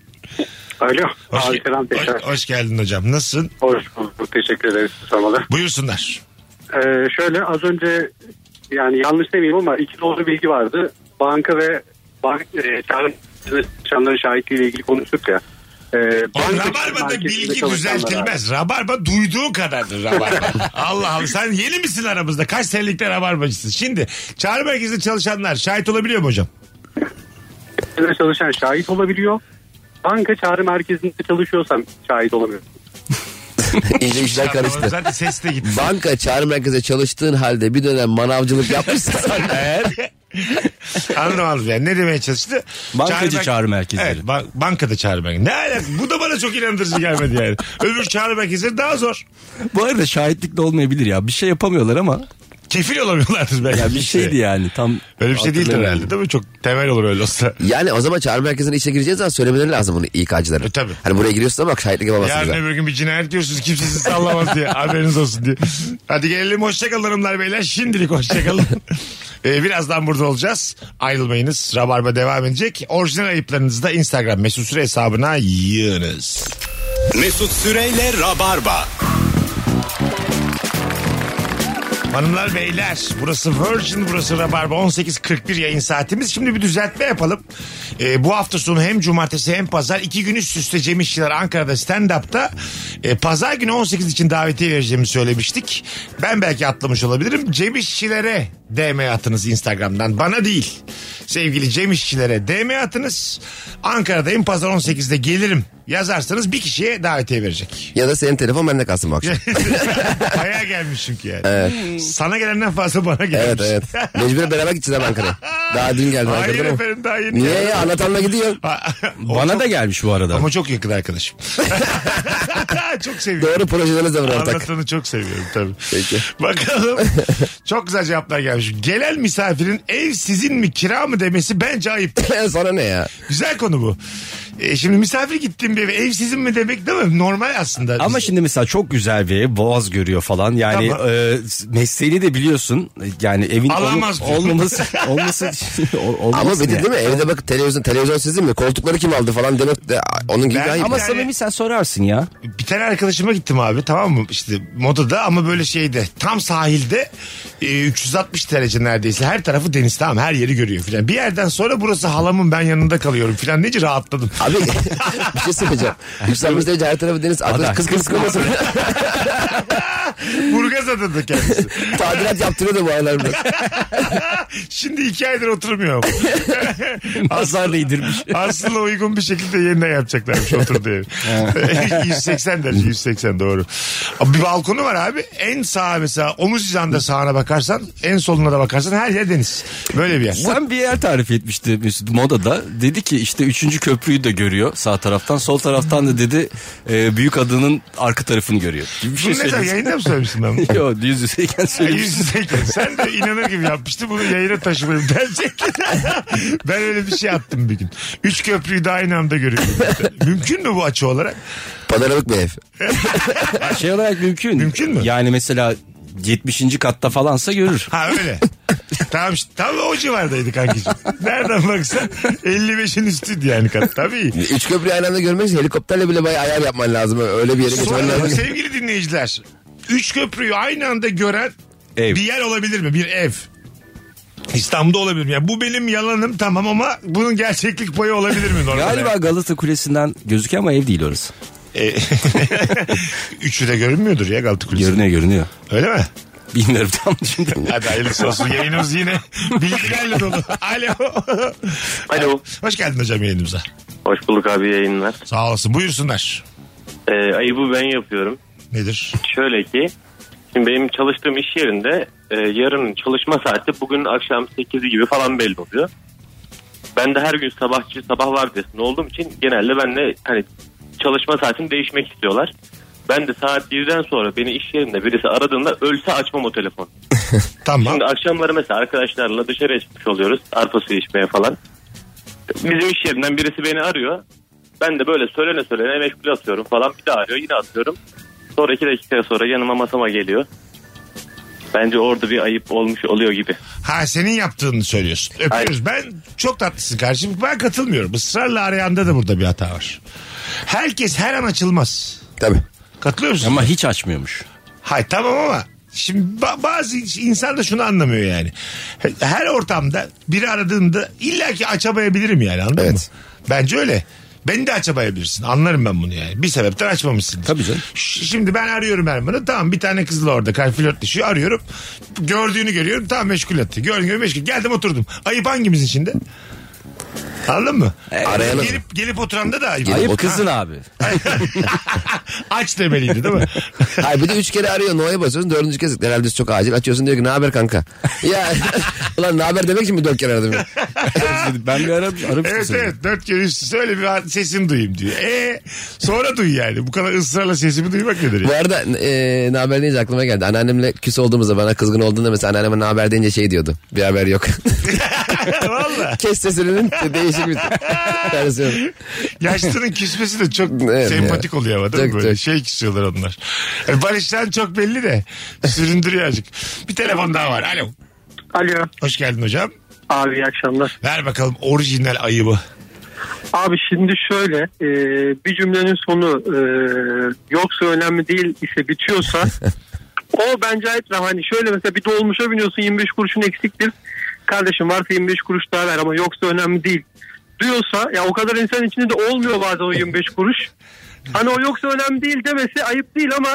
S5: Alo.
S1: Hoş,
S5: Abi
S1: ge-
S5: selam tekrar.
S1: hoş, hoş geldin hocam. Nasılsın?
S5: Hoş bulduk. Teşekkür ederiz. Sormalı.
S1: Buyursunlar.
S5: Ee, şöyle az önce yani yanlış demeyeyim ama iki doğru bilgi vardı. Banka ve bank e, çağrı çalışanların şahitliğiyle ilgili konuştuk ya. Ee,
S1: O
S5: banka-
S1: Rabarba'da
S5: merkezinde
S1: bilgi
S5: çalışanlar abi.
S1: düzeltilmez. Rabarba duyduğu kadardır Rabarba. Allah Allah sen yeni misin aramızda? Kaç senelikte Rabarbacısın? Şimdi çağrı merkezinde çalışanlar şahit olabiliyor mu hocam?
S5: Merkezde çalışan şahit olabiliyor. Banka çağrı merkezinde çalışıyorsam şahit olamıyor.
S2: İyice işler karıştı.
S1: Zaten ses de gitti.
S2: Banka çağrı merkeze çalıştığın halde bir dönem manavcılık yapmışsan eğer
S1: Anladım anladım yani ne demeye çalıştı?
S3: Bankacı çağrı merkezleri.
S1: Evet ba- bankada çağrı merkezleri. Ne alaka? Bu da bana çok inandırıcı gelmedi yani. Öbür çağrı merkezleri daha zor.
S3: Bu arada şahitlik de olmayabilir ya. Bir şey yapamıyorlar ama
S1: Kefil olamıyorlardır belki.
S3: ya bir şeydi yani tam.
S1: Böyle bir şey değildir
S3: hatırlamıyorum.
S1: herhalde değil mi? Çok temel olur öyle olsa.
S2: yani o zaman çağrı merkezine işe gireceğiz zaman söylemeleri lazım bunu İK'cılara.
S1: E, tabii.
S2: Hani buraya giriyorsun ama şahitlik yapamazsın.
S1: Yarın
S2: bize.
S1: öbür gün bir cinayet diyorsunuz kimse sizi sallamaz diye. Haberiniz olsun diye. Hadi gelelim hoşçakalın hanımlar beyler. Şimdilik hoşçakalın. ee, birazdan burada olacağız. Ayrılmayınız. Rabarba devam edecek. Orijinal ayıplarınızı da Instagram mesut süre hesabına yığınız.
S8: Mesut Süreyle Rabarba.
S1: Hanımlar beyler burası Virgin burası Rabarba 18.41 yayın saatimiz. Şimdi bir düzeltme yapalım. Ee, bu hafta sonu hem cumartesi hem pazar iki gün üst üste Cem İşçiler Ankara'da stand-up'ta E, Pazar günü 18 için davetiye vereceğimi söylemiştik. Ben belki atlamış olabilirim. Cem İşçilere DM atınız Instagram'dan. Bana değil. Sevgili Cem İşçilere DM atınız. Ankara'dayım pazar 18'de gelirim. Yazarsanız bir kişiye davetiye verecek.
S2: Ya da senin telefon bende kalsın bu akşam.
S1: Bayağı gelmiş çünkü yani. Sana gelenden fazla bana
S2: evet
S1: gelmiş.
S2: evet. Mecburen beraber gideceğiz abi Ankara'ya. Daha dün geldim
S1: Hayır
S2: Ankara'dan ama-
S1: efendim daha yeni.
S2: Niye ya anlatanla gidiyor.
S1: O
S3: Bana
S1: çok-
S3: da gelmiş bu arada.
S1: Ama çok yakın arkadaşım. çok seviyorum.
S2: Doğru projeleriniz de var ortak.
S1: Anlatanı çok seviyorum tabii.
S2: Peki.
S1: Bakalım. Çok güzel cevaplar gelmiş. Gelen misafirin ev sizin mi kira mı demesi bence ayıp.
S2: Sana ne ya?
S1: Güzel konu bu. E, şimdi misafir gittiğim bir eve ev sizin mi demek değil mi? Normal aslında.
S3: Ama
S1: Biz-
S3: şimdi mesela çok güzel bir ev, boğaz görüyor falan. Yani
S1: Tamam.
S3: e, mesleğini de biliyorsun. Yani evin
S1: Alamaz
S3: ol-
S1: diyor.
S3: olması olması ol- olmaz
S2: Ama bir de
S3: yani.
S2: değil mi? Evde bak televizyon televizyon sizin mi? Koltukları kim aldı falan demek de onun gibi
S1: Ben-
S2: ayıp.
S3: Ama
S1: Yani-
S3: samimi sen sorarsın ya.
S1: bir tane arkadaşıma gittim abi tamam mı işte modada ama böyle şeyde tam sahilde e, 360 derece neredeyse her tarafı deniz tamam her yeri görüyor filan bir yerden sonra burası halamın ben yanında kalıyorum filan nece rahatladım
S2: Abi bir şey söyleyeceğim. Yükselmiş derece her tarafı deniz. Arkadaş kız kız kıskırmasın.
S1: Burgaz adında kendisi
S2: Tadilat yaptırıyor da bu aralar biraz.
S1: şimdi iki aydır oturmuyor ama.
S3: Pazarda indirmiş.
S1: Aslında uygun bir şekilde yeniden yapacaklarmış oturduğu ev. 180 derece 180 doğru. Ama Bir balkonu var abi. En sağa mesela omuz hizanda sağına bakarsan en soluna da bakarsan her yer deniz. Böyle bir yer.
S3: Sen bir yer tarif etmişti Mesut modada. Dedi ki işte üçüncü köprüyü de görüyor sağ taraftan. Sol taraftan da dedi e, büyük adının arka tarafını görüyor. Gibi bir şey
S1: Bunu ne zaman
S3: söyledi.
S1: yayında mı söylemişsin ben bunu?
S3: Yo yüz yüzeyken
S1: Ay,
S3: söylemiş.
S1: yüz yüzeyken. Sen de inanır gibi yapmıştın bunu yayına taşımayayım gerçekten. ben öyle bir şey attım bir gün. Üç köprüyü de aynı anda görüyorum. Mümkün mü bu açı olarak?
S2: Panoramik bir ev.
S3: Ya Şey olarak mümkün.
S1: Mümkün mü?
S3: Yani mesela 70. katta falansa görür.
S1: Ha öyle. tamam işte, tam o civardaydı kankicim. Nereden baksan 55'in üstüydü yani kat. Tabii.
S2: Üç köprüyü aynı anda görmek için helikopterle bile bayağı ayar yapman lazım. Öyle bir yere geçmen
S1: Sonra şey-
S2: lazım.
S1: sevgili dinleyiciler. Üç köprüyü aynı anda gören
S3: Ev.
S1: bir yer olabilir mi? Bir ev. İstanbul'da olabilir mi? Yani bu benim yalanım tamam ama bunun gerçeklik payı olabilir mi? Normal
S3: Galiba Galata Kulesi'nden gözüküyor ama ev değil orası.
S1: E, Üçü de görünmüyordur ya Galata Kulesi.
S3: Görünüyor görünüyor.
S1: Öyle mi?
S3: Bilmiyorum tam şimdi.
S1: Hadi hayırlısı olsun. Yayınımız yine bilgilerle dolu. Alo.
S4: Alo.
S1: Hoş geldin hocam yayınımıza.
S4: Hoş bulduk abi yayınlar.
S1: Sağ olasın. Buyursunlar.
S4: Ee, ayıbı ben yapıyorum.
S1: Nedir?
S4: Şöyle ki şimdi benim çalıştığım iş yerinde e, yarın çalışma saati bugün akşam 8 gibi falan belli oluyor. Ben de her gün sabahçı sabah vardiyasında olduğum için genelde benle hani çalışma saatini değişmek istiyorlar. Ben de saat 1'den sonra beni iş yerinde birisi aradığında ölse açmam o telefon.
S1: Tamam.
S4: Şimdi akşamları mesela arkadaşlarla dışarıya çıkmış oluyoruz. Arpa suyu içmeye falan. Bizim iş yerinden birisi beni arıyor. Ben de böyle söylene söylene meşgul atıyorum falan. Bir daha arıyor yine atıyorum. Sonra iki dakika sonra yanıma masama geliyor. Bence orada bir ayıp olmuş oluyor gibi.
S1: Ha senin yaptığını söylüyorsun. Öpüyoruz. Ben çok tatlısın kardeşim. Ben katılmıyorum. Israrla arayanda da burada bir hata var. Herkes her an açılmaz.
S2: Tabii.
S1: Katılıyor musun?
S3: Ama hiç açmıyormuş.
S1: Hay tamam ama şimdi ba- bazı insan da şunu anlamıyor yani. Her ortamda biri aradığında illaki açamayabilirim yani anladın
S2: Evet.
S1: mı? Bence öyle. Beni de açamayabilirsin. Anlarım ben bunu yani. Bir sebepten açmamışsın.
S3: Tabii canım.
S1: Ş- Şimdi ben arıyorum Erman'ı. Tamam bir tane kızla orada kar flörtleşiyor. Arıyorum. Gördüğünü görüyorum. Tamam meşgul etti. Gördüğünü görüyorum meşgul. Geldim oturdum. Ayıp hangimizin şimdi? Anladın mı?
S2: Arayanın.
S1: Gelip, gelip oturanda da ayıp.
S3: Ayıp
S2: o-
S3: kızın abi.
S1: Aç demeliydi değil mi?
S2: Hayır bir de üç kere arıyor. No'ya basıyorsun. Dördüncü kez herhalde çok acil. Açıyorsun diyor ki ne haber kanka? Ya ulan ne haber demek için mi dört kere aradım? ya?
S3: ben bir Arap, Arap
S1: Evet evet dört kere üst üste öyle bir sesini duyayım diyor. E sonra duy yani. Bu kadar ısrarla sesimi duymak nedir?
S2: Bu
S1: ya?
S2: arada e, ne haber deyince aklıma geldi. Anneannemle küs olduğumuzda bana kızgın olduğunda mesela anneanneme ne haber deyince şey diyordu. Bir haber yok.
S1: E, Valla.
S2: Kes sesinin değişik bir versiyonu.
S1: Yaşlının küsmesi de çok
S2: Evet,
S1: sempatik
S2: evet.
S1: oluyor ama değil mi?
S2: Çok,
S1: Böyle
S2: çok.
S1: şey küsüyorlar onlar. E, Barış'tan çok belli de süründürüyor azıcık. Bir telefon daha var. Alo.
S4: Alo
S1: Hoş geldin hocam.
S4: abi iyi akşamlar.
S1: Ver bakalım orijinal ayıbı.
S4: Abi şimdi şöyle e, bir cümlenin sonu e, yoksa önemli değil ise bitiyorsa o bence ait ve hani şöyle mesela bir dolmuşa biniyorsun 25 kuruşun eksiktir. Kardeşim varsa 25 kuruş daha ver ama yoksa önemli değil diyorsa ya o kadar insan içinde de olmuyor bazen o 25 kuruş.
S5: Hani o yoksa önemli değil demesi ayıp değil ama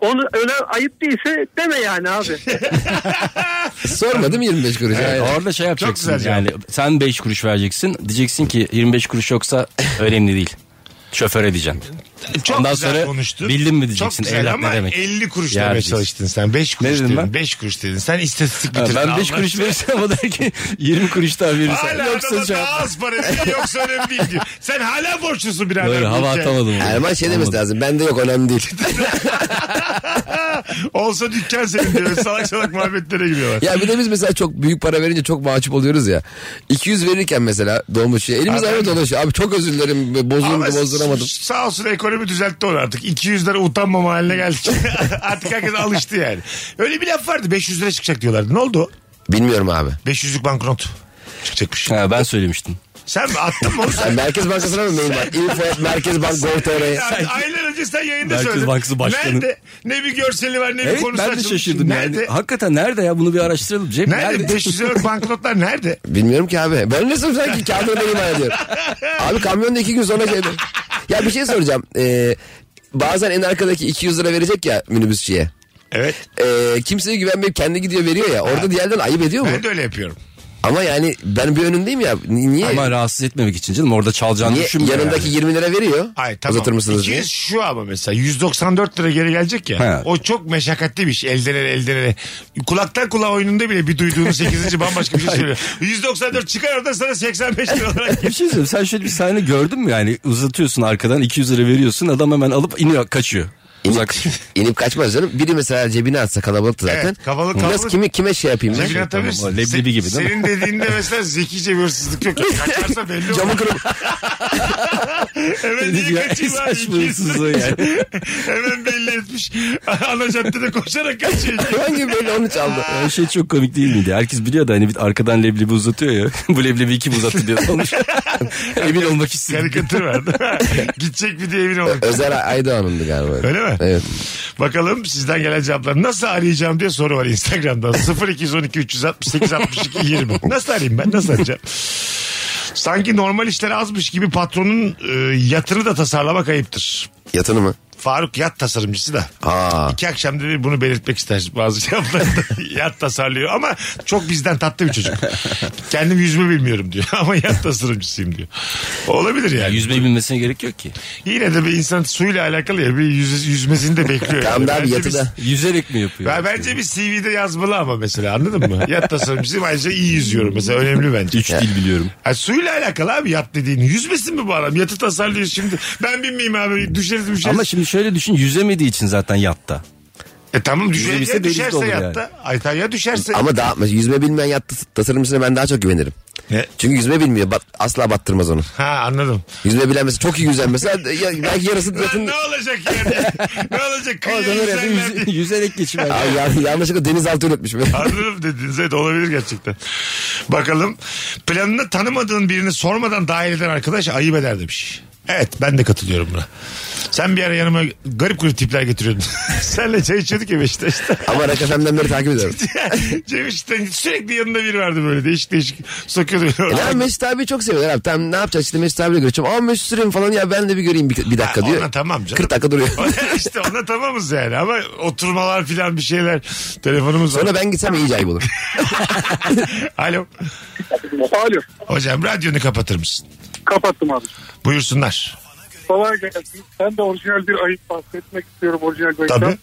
S5: onu öyle ayıp değilse deme yani abi.
S2: Sormadım 25 kuruş.
S3: Evet,
S2: Aynen.
S3: orada şey yapacaksın
S1: güzel
S3: yani sen 5 kuruş vereceksin diyeceksin ki 25 kuruş yoksa önemli değil. Şoföre diyeceksin.
S1: Çok
S3: Ondan
S1: güzel
S3: sonra
S1: konuştun.
S3: bildin mi
S1: Çok
S3: diyeceksin,
S1: güzel
S3: evlat ne
S1: ama
S3: demek?
S1: 50 kuruş
S3: Ya
S1: demeye
S3: diyeceksin.
S1: çalıştın sen. 5 kuruş
S3: dedim
S1: dedin.
S3: ben?
S1: 5 kuruş dedin. Sen istatistik
S3: Ha,
S1: bitirdin.
S3: ben 5
S1: Allah
S3: kuruş verirsem o der ki 20 kuruş daha verirsen.
S1: Hala
S3: Yoksa
S1: adama
S3: cevap.
S1: daha az para veriyor, Yoksa önemli değil diyor. Sen hala borçlusun birader.
S3: Böyle hava
S1: Burç'e.
S3: atamadım. orada.
S2: Erman şey demesi
S3: Atamadım.
S2: lazım. Bende yok önemli değil.
S1: Olsa dükkan senin diyor. Salak salak muhabbetlere giriyorlar.
S2: ya bir de biz mesela çok büyük para verince çok mahcup oluyoruz ya. 200 verirken mesela dolmuş. Elimiz
S1: Abi-
S2: ayrı dolaşıyor. Abi çok özür dilerim
S1: Ama
S2: bozuldu bozduramadım.
S1: s- Sağ olsun ekonomi düzeltti onu artık. 200 lira utanmama haline geldik. artık herkes alıştı yani. Öyle bir laf vardı 500 lira çıkacak diyorlardı. Ne oldu?
S2: Bilmiyorum abi.
S1: 500'lük banknot çıkacakmış.
S3: Ha, ben söylemiştim.
S1: Sen mi attın mı onu?
S2: Yani
S1: Sen
S2: Merkez Bankası'na mı mail var? Info at Merkez Bank Gov.tr'ye.
S1: Abi Aylar önce sen yayında
S3: Merkez
S1: söyledin.
S3: Bankası Başkanı.
S1: Nerede? Ne bir görseli var ne bir
S3: Evet
S1: konusu
S3: ben de
S1: açılmış.
S3: şaşırdım
S1: nerede?
S3: yani. Hakikaten nerede ya bunu bir araştıralım. Cem
S1: Nerede? 500 liralık banknotlar nerede?
S2: Bilmiyorum ki abi. Ben nasıl sanki kamyonu da ima ediyorum. abi kamyonda iki gün sonra şeydi. Ya bir şey soracağım. Ee, bazen en arkadaki 200 lira verecek ya minibüsçüye.
S1: Evet.
S2: Ee, kimseye güvenmeyip kendi gidiyor veriyor ya. Orada diğerden ayıp ediyor mu?
S1: Ben de öyle yapıyorum.
S2: Ama yani ben bir önündeyim ya. Ni- Niye?
S3: Ama rahatsız etmemek için canım orada çalacağını
S2: niye
S3: düşünmüyor.
S2: yanındaki
S3: yani.
S2: 20 lira veriyor.
S1: Ay tamam.
S2: Uzatır mısınız diye.
S1: 200 şu ama mesela 194 lira geri gelecek ya.
S3: Ha.
S1: O çok meşakkatli bir şey. Elden ele elden ele. Kulaktan kulağa oyununda bile bir duyduğunu 8. bambaşka bir şey söylüyor. 194 çıkar oradan sana 85 lira olarak
S3: Bir şey söyleyeyim sen şöyle bir sahne gördün mü yani uzatıyorsun arkadan 200 lira veriyorsun adam hemen alıp iniyor kaçıyor. Uzak.
S2: İnip kaçmaz canım. Biri mesela cebine atsa kalabalıktı zaten.
S1: Evet, kalabalık,
S2: Nasıl
S1: kalabalık.
S2: kimi kime şey yapayım ben?
S1: Cebine atabilirsin.
S3: tamam, o leblebi gibi değil mi?
S1: Senin dediğinde mesela zekice bir hırsızlık yok. Kaçarsa belli olur.
S2: Camı kırıp
S1: Hemen
S3: Ya,
S1: diye
S3: en
S1: kaçayım abi.
S3: saçma
S1: İkiyiz.
S3: hırsızlığı yani.
S1: Hemen belli etmiş. Ana caddede koşarak kaçıyor.
S2: hangi böyle onu çaldı.
S3: Her şey çok komik değil miydi? Herkes biliyor da hani bir arkadan leblebi uzatıyor ya. Bu leblebi kim uzattı diye sormuş. Emin olmak istedim.
S1: Karikatür vardı. Gidecek bir diye emin olmak.
S2: Özer Aydoğan'ındı galiba.
S1: Öyle mi?
S2: Evet.
S1: Bakalım sizden gelen cevaplar. Nasıl arayacağım diye soru var Instagram'da. 0212 368 62 20. Nasıl arayayım ben? Nasıl arayacağım? Sanki normal işler azmış gibi patronun e, yatını da tasarlamak ayıptır.
S2: Yatını mı?
S1: Faruk yat tasarımcısı da.
S2: Aa.
S1: İki akşam dedi bunu belirtmek ister bazı cevaplarda. yat tasarlıyor ama çok bizden tatlı bir çocuk. Kendim yüzme bilmiyorum diyor ama yat tasarımcısıyım diyor. Olabilir yani.
S3: Yüzmeyi bilmesine gerek yok ki.
S1: Yine de bir insan suyla alakalı ya bir yüz, yüzmesini de bekliyor.
S2: Tamam
S1: yani.
S2: da abi
S1: Bence
S2: yatıda.
S1: biz-
S3: Yüzerek mi yapıyor?
S1: ben bence bir CV'de yazmalı ama mesela anladın mı? Yat tasarımcısıyım ayrıca iyi yüzüyorum mesela önemli bence.
S3: Üç dil biliyorum.
S1: Ha, suyla alakalı abi yat dediğin. Yüzmesin mi bu adam? Yatı tasarlıyor şimdi. Ben bilmeyeyim abi düşeriz düşeriz.
S3: Ama şimdi şöyle düşün yüzemediği için zaten yatta.
S1: e tamam düşer,
S3: yüzmemişse
S1: ya
S3: belli de
S1: düşerse
S3: olur
S1: yatta.
S3: yani.
S1: Ay tamam ya düşerse.
S2: Ama daha mesela yüzme bilmeyen yat tasarımcısına ben daha çok güvenirim.
S1: Ne?
S2: Çünkü yüzme bilmiyor. Bat, asla battırmaz onu.
S1: Ha anladım.
S2: Yüzme bilen mesela çok iyi yüzen mesela ya, belki yarısı
S1: Lan
S2: yatın
S1: ne olacak yani? ne olacak? Kıyı
S3: Oradan oraya da
S1: insanlar
S3: yüz- yüzerek geçiver.
S2: Ay, ya, yanlışlıkla denizaltı unutmuş.
S1: Anladım dediniz. Evet olabilir gerçekten. Bakalım. Planını tanımadığın birini sormadan dahil eden arkadaş ayıp eder demiş. Evet ben de katılıyorum buna. Sen bir ara yanıma garip garip tipler getiriyordun. Senle çay içiyorduk ya Beşiktaş'ta.
S2: Ama Rock FM'den beri takip ediyorum.
S1: Cem işte sürekli yanında biri vardı böyle değişik değişik sokuyordu. beni
S2: E,
S1: oraya.
S2: Ya Mesut abi çok seviyorlar abi. Tamam ne yapacağız işte Mesut abiyle görüşeceğim. Ama Mesut Süreyim falan ya ben de bir göreyim bir, bir dakika
S1: Ha,
S2: diyor.
S1: ona tamam canım.
S2: 40 dakika duruyor.
S1: işte ona tamamız yani ama oturmalar filan bir şeyler telefonumuz var.
S2: Sonra ben gitsem iyice ayıp olur.
S1: Alo.
S5: Alo.
S1: Hocam radyonu kapatır mısın?
S5: Kapattım abi.
S1: Buyursunlar.
S5: Kolay gelsin. Ben de orijinal bir ayıp bahsetmek istiyorum orijinal bir ayıptan.
S1: Tabii.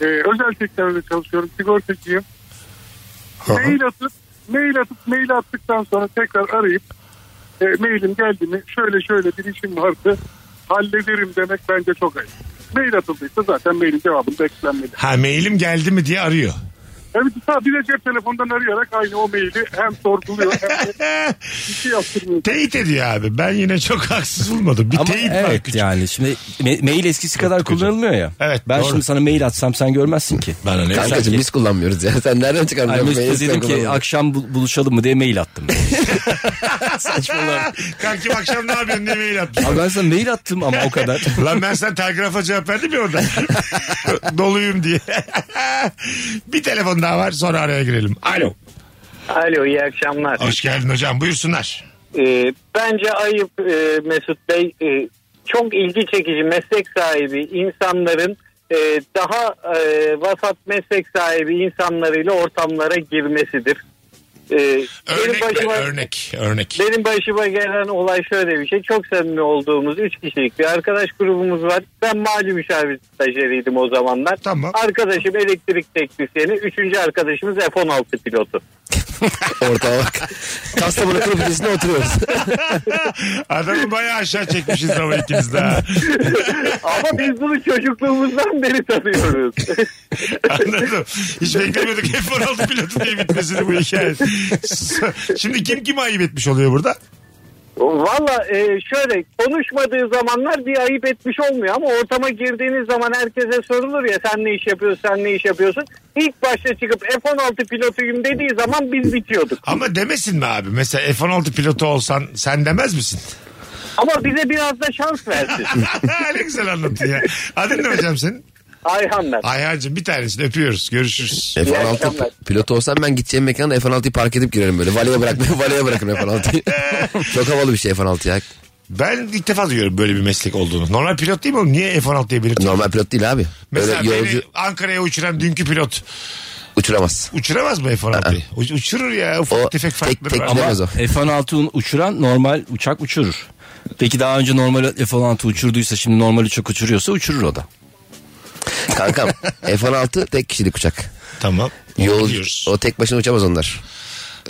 S5: Ee, özel sektörde çalışıyorum. Sigortacıyım.
S1: hı.
S5: Mail atıp mail atıp mail attıktan sonra tekrar arayıp e, mailim geldi mi şöyle şöyle bir işim vardı hallederim demek bence çok ayıp. Mail atıldıysa zaten mailin cevabını beklenmedi.
S1: Ha mailim geldi mi diye arıyor.
S5: Evet ta bir de cep telefonundan arayarak aynı o maili hem sorguluyor hem de bir şey yaptırmıyor.
S1: Teyit ediyor abi. Ben yine çok haksız bulmadım. Bir
S3: Ama
S1: teyit var.
S3: evet
S1: küçük.
S3: yani şimdi me- mail eskisi kadar kullanılmıyor ya.
S1: Evet,
S3: Ben
S1: doğru.
S3: şimdi sana mail atsam sen görmezsin ki.
S1: Bana ne?
S2: Kankacığım biz kullanmıyoruz ya. Sen nereden
S3: Ay
S2: çıkarmıyorsun?
S3: Mesut'a dedim ki akşam bu- buluşalım mı diye mail attım. Saçmalar.
S1: Kankim akşam ne yapıyorsun ne mail attın?
S3: Abi ben sana mail attım ama o kadar.
S1: Lan ben sana telgrafa cevap verdim ya orada. Doluyum diye. bir telefon daha var sonra araya girelim. Alo.
S9: Alo iyi akşamlar.
S1: Hoş geldin hocam buyursunlar.
S9: Ee, bence ayıp e, Mesut Bey e, çok ilgi çekici meslek sahibi insanların e, daha e, vasat meslek sahibi insanlarıyla ortamlara girmesidir. E, benim,
S1: Örnek,
S9: başıma,
S1: ver, örnek, örnek.
S9: benim başıma gelen olay şöyle bir şey. Çok samimi olduğumuz 3 kişilik bir arkadaş grubumuz var. Ben mali müşavir stajyeriydim o zamanlar.
S1: Tamam.
S9: Arkadaşım elektrik teknisyeni, üçüncü arkadaşımız F-16 pilotu.
S2: Ortaya bak. Kastamonu kulübesinde oturuyoruz.
S1: Adamı bayağı aşağı çekmişiz ama ikimiz de. ha.
S9: Ama biz bunu çocukluğumuzdan beri tanıyoruz.
S1: Anladım. Hiç beklemiyorduk F-16 pilotu diye bitmesini bu hikaye. Şimdi kim kimi ayıp etmiş oluyor burada?
S9: Valla e, şöyle konuşmadığı zamanlar bir ayıp etmiş olmuyor ama ortama girdiğiniz zaman herkese sorulur ya sen ne iş yapıyorsun sen ne iş yapıyorsun. İlk başta çıkıp F-16 pilotuyum dediği zaman biz bitiyorduk.
S1: Ama demesin mi abi? Mesela F-16 pilotu olsan sen demez misin?
S9: Ama bize biraz da şans versin.
S1: ne güzel anlattın ya. Adın ne hocam senin?
S9: Ayhan ben.
S1: Ayhan'cığım bir tanesini öpüyoruz. Görüşürüz.
S2: F-16
S9: akşamlar.
S2: pilotu olsam ben gideceğim mekana F-16'yı park edip girerim böyle. Valeye bırakmayı, valeye bırakın F-16'yı. Çok havalı bir şey F-16 ya.
S1: Ben ilk defa duyuyorum böyle bir meslek olduğunu. Normal pilot değil mi oğlum? Niye F-16'ya binir?
S2: Normal pilot değil abi. Böyle
S1: Mesela
S2: yolcu
S1: beni Ankara'ya uçuran dünkü pilot
S2: uçuramaz.
S1: uçuramaz mı F-16'yı? U- uçurur ya ufak
S2: O
S1: tefek
S2: tek-
S1: farkları
S2: tek-
S1: var.
S2: Ama- Demez o.
S3: F-16 uçuran normal uçak uçurur. Peki daha önce normal F-16 uçurduysa şimdi normal uçak uçuruyorsa uçurur o da.
S2: Kankam F-16 tek kişilik uçak.
S1: Tamam.
S2: Yol,
S1: Biliyoruz.
S2: o tek başına uçamaz onlar.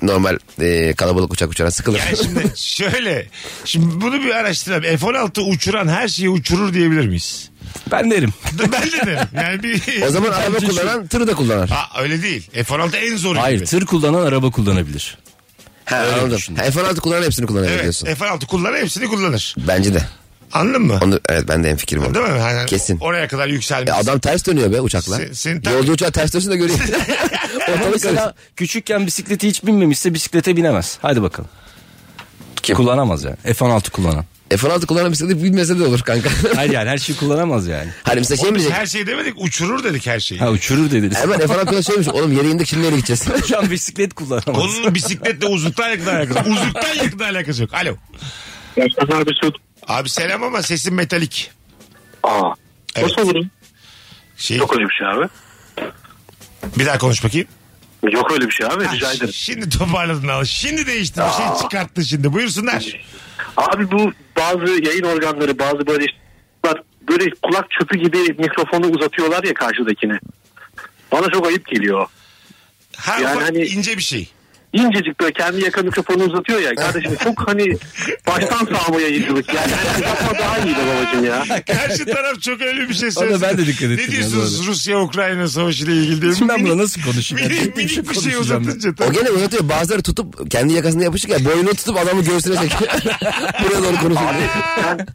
S2: Normal e, kalabalık uçak uçaran sıkılır.
S1: Yani şimdi şöyle. Şimdi bunu bir araştıralım. F-16 uçuran her şeyi uçurur diyebilir miyiz?
S3: Ben derim.
S1: ben de derim. Yani bir...
S2: o zaman araba kullanan tırı da kullanır.
S1: Ha, öyle değil. F-16 en zoru
S3: Hayır
S1: gibi.
S3: tır kullanan araba kullanabilir.
S2: Ha,
S3: öyle
S2: anladım.
S3: düşün.
S2: Ha, F-16 kullanan hepsini kullanabilir
S1: Evet,
S2: diyorsun.
S1: F-16 kullanır hemsini kullanır.
S2: Bence de.
S1: Anladın mı?
S2: Onu, evet ben de en fikrim
S1: Değil mi? Yani
S2: Kesin.
S1: Oraya kadar yükselmiş.
S2: E, adam ters dönüyor be uçakla.
S1: Sen- senin tam-
S2: Yolcu uçağı ters dönsün de göreyim. Ortalık
S3: Mesela
S2: karışsın.
S3: küçükken bisiklete hiç binmemişse bisiklete binemez. Hadi bakalım.
S2: Kim?
S3: Kullanamaz yani. F-16 kullanan.
S2: F-16 kullanan bisikleti bilmese de olur kanka.
S3: Hayır yani her şeyi kullanamaz yani.
S2: Hani mesela şey
S1: Oğlum
S2: mi
S1: biz
S2: diyecek?
S1: her şeyi demedik uçurur dedik her şeyi.
S3: Ha uçurur dediniz.
S2: Hemen F-16 pilot söylemiş. Oğlum yere indik şimdi şey nereye gideceğiz?
S3: Şu an bisiklet kullanamaz.
S1: Onun bisikletle uzuktan yakın alakası yok. Uzuktan yakın alakası yok. Alo.
S4: Mustafa abi şu...
S1: Abi selam ama sesin metalik.
S4: Aa.
S1: Evet.
S4: Nasıl olurum?
S1: Şey,
S4: Yok öyle bir şey abi.
S1: bir daha konuş bakayım.
S4: Yok öyle bir şey abi rica
S1: Ha,
S4: ederim.
S1: Şimdi toparladın al. Şimdi değişti. Bir şey çıkarttı şimdi. Buyursunlar.
S4: Abi bu bazı yayın organları bazı böyle işte- böyle kulak çöpü gibi mikrofonu uzatıyorlar ya karşıdakine. Bana çok ayıp geliyor. o.
S1: Ha,
S4: Yani
S1: ufak,
S4: hani-
S1: ince bir şey.
S4: İncecik böyle kendi yaka mikrofonu uzatıyor ya. Kardeşim çok hani baştan sağma yayıncılık. Yani hani yapma daha iyi de babacım ya.
S1: Karşı taraf çok öyle bir şey söylesin.
S3: ben de dikkat ettim
S1: Ne
S3: ya,
S1: diyorsunuz Rusya-Ukrayna savaşı ile ilgili? diye?
S3: Şimdi ben buna
S1: Minik-
S3: nasıl konuşayım? Yani
S1: Minik,
S3: tek
S1: minik bir şey
S3: konuşacağım ben.
S1: uzatınca.
S2: O
S1: tabii.
S2: gene uzatıyor. Bazıları tutup kendi yakasında yapışık ya boynunu tutup adamı göğsüne çekiyor. Buraya doğru konuşuyor.
S4: Sen,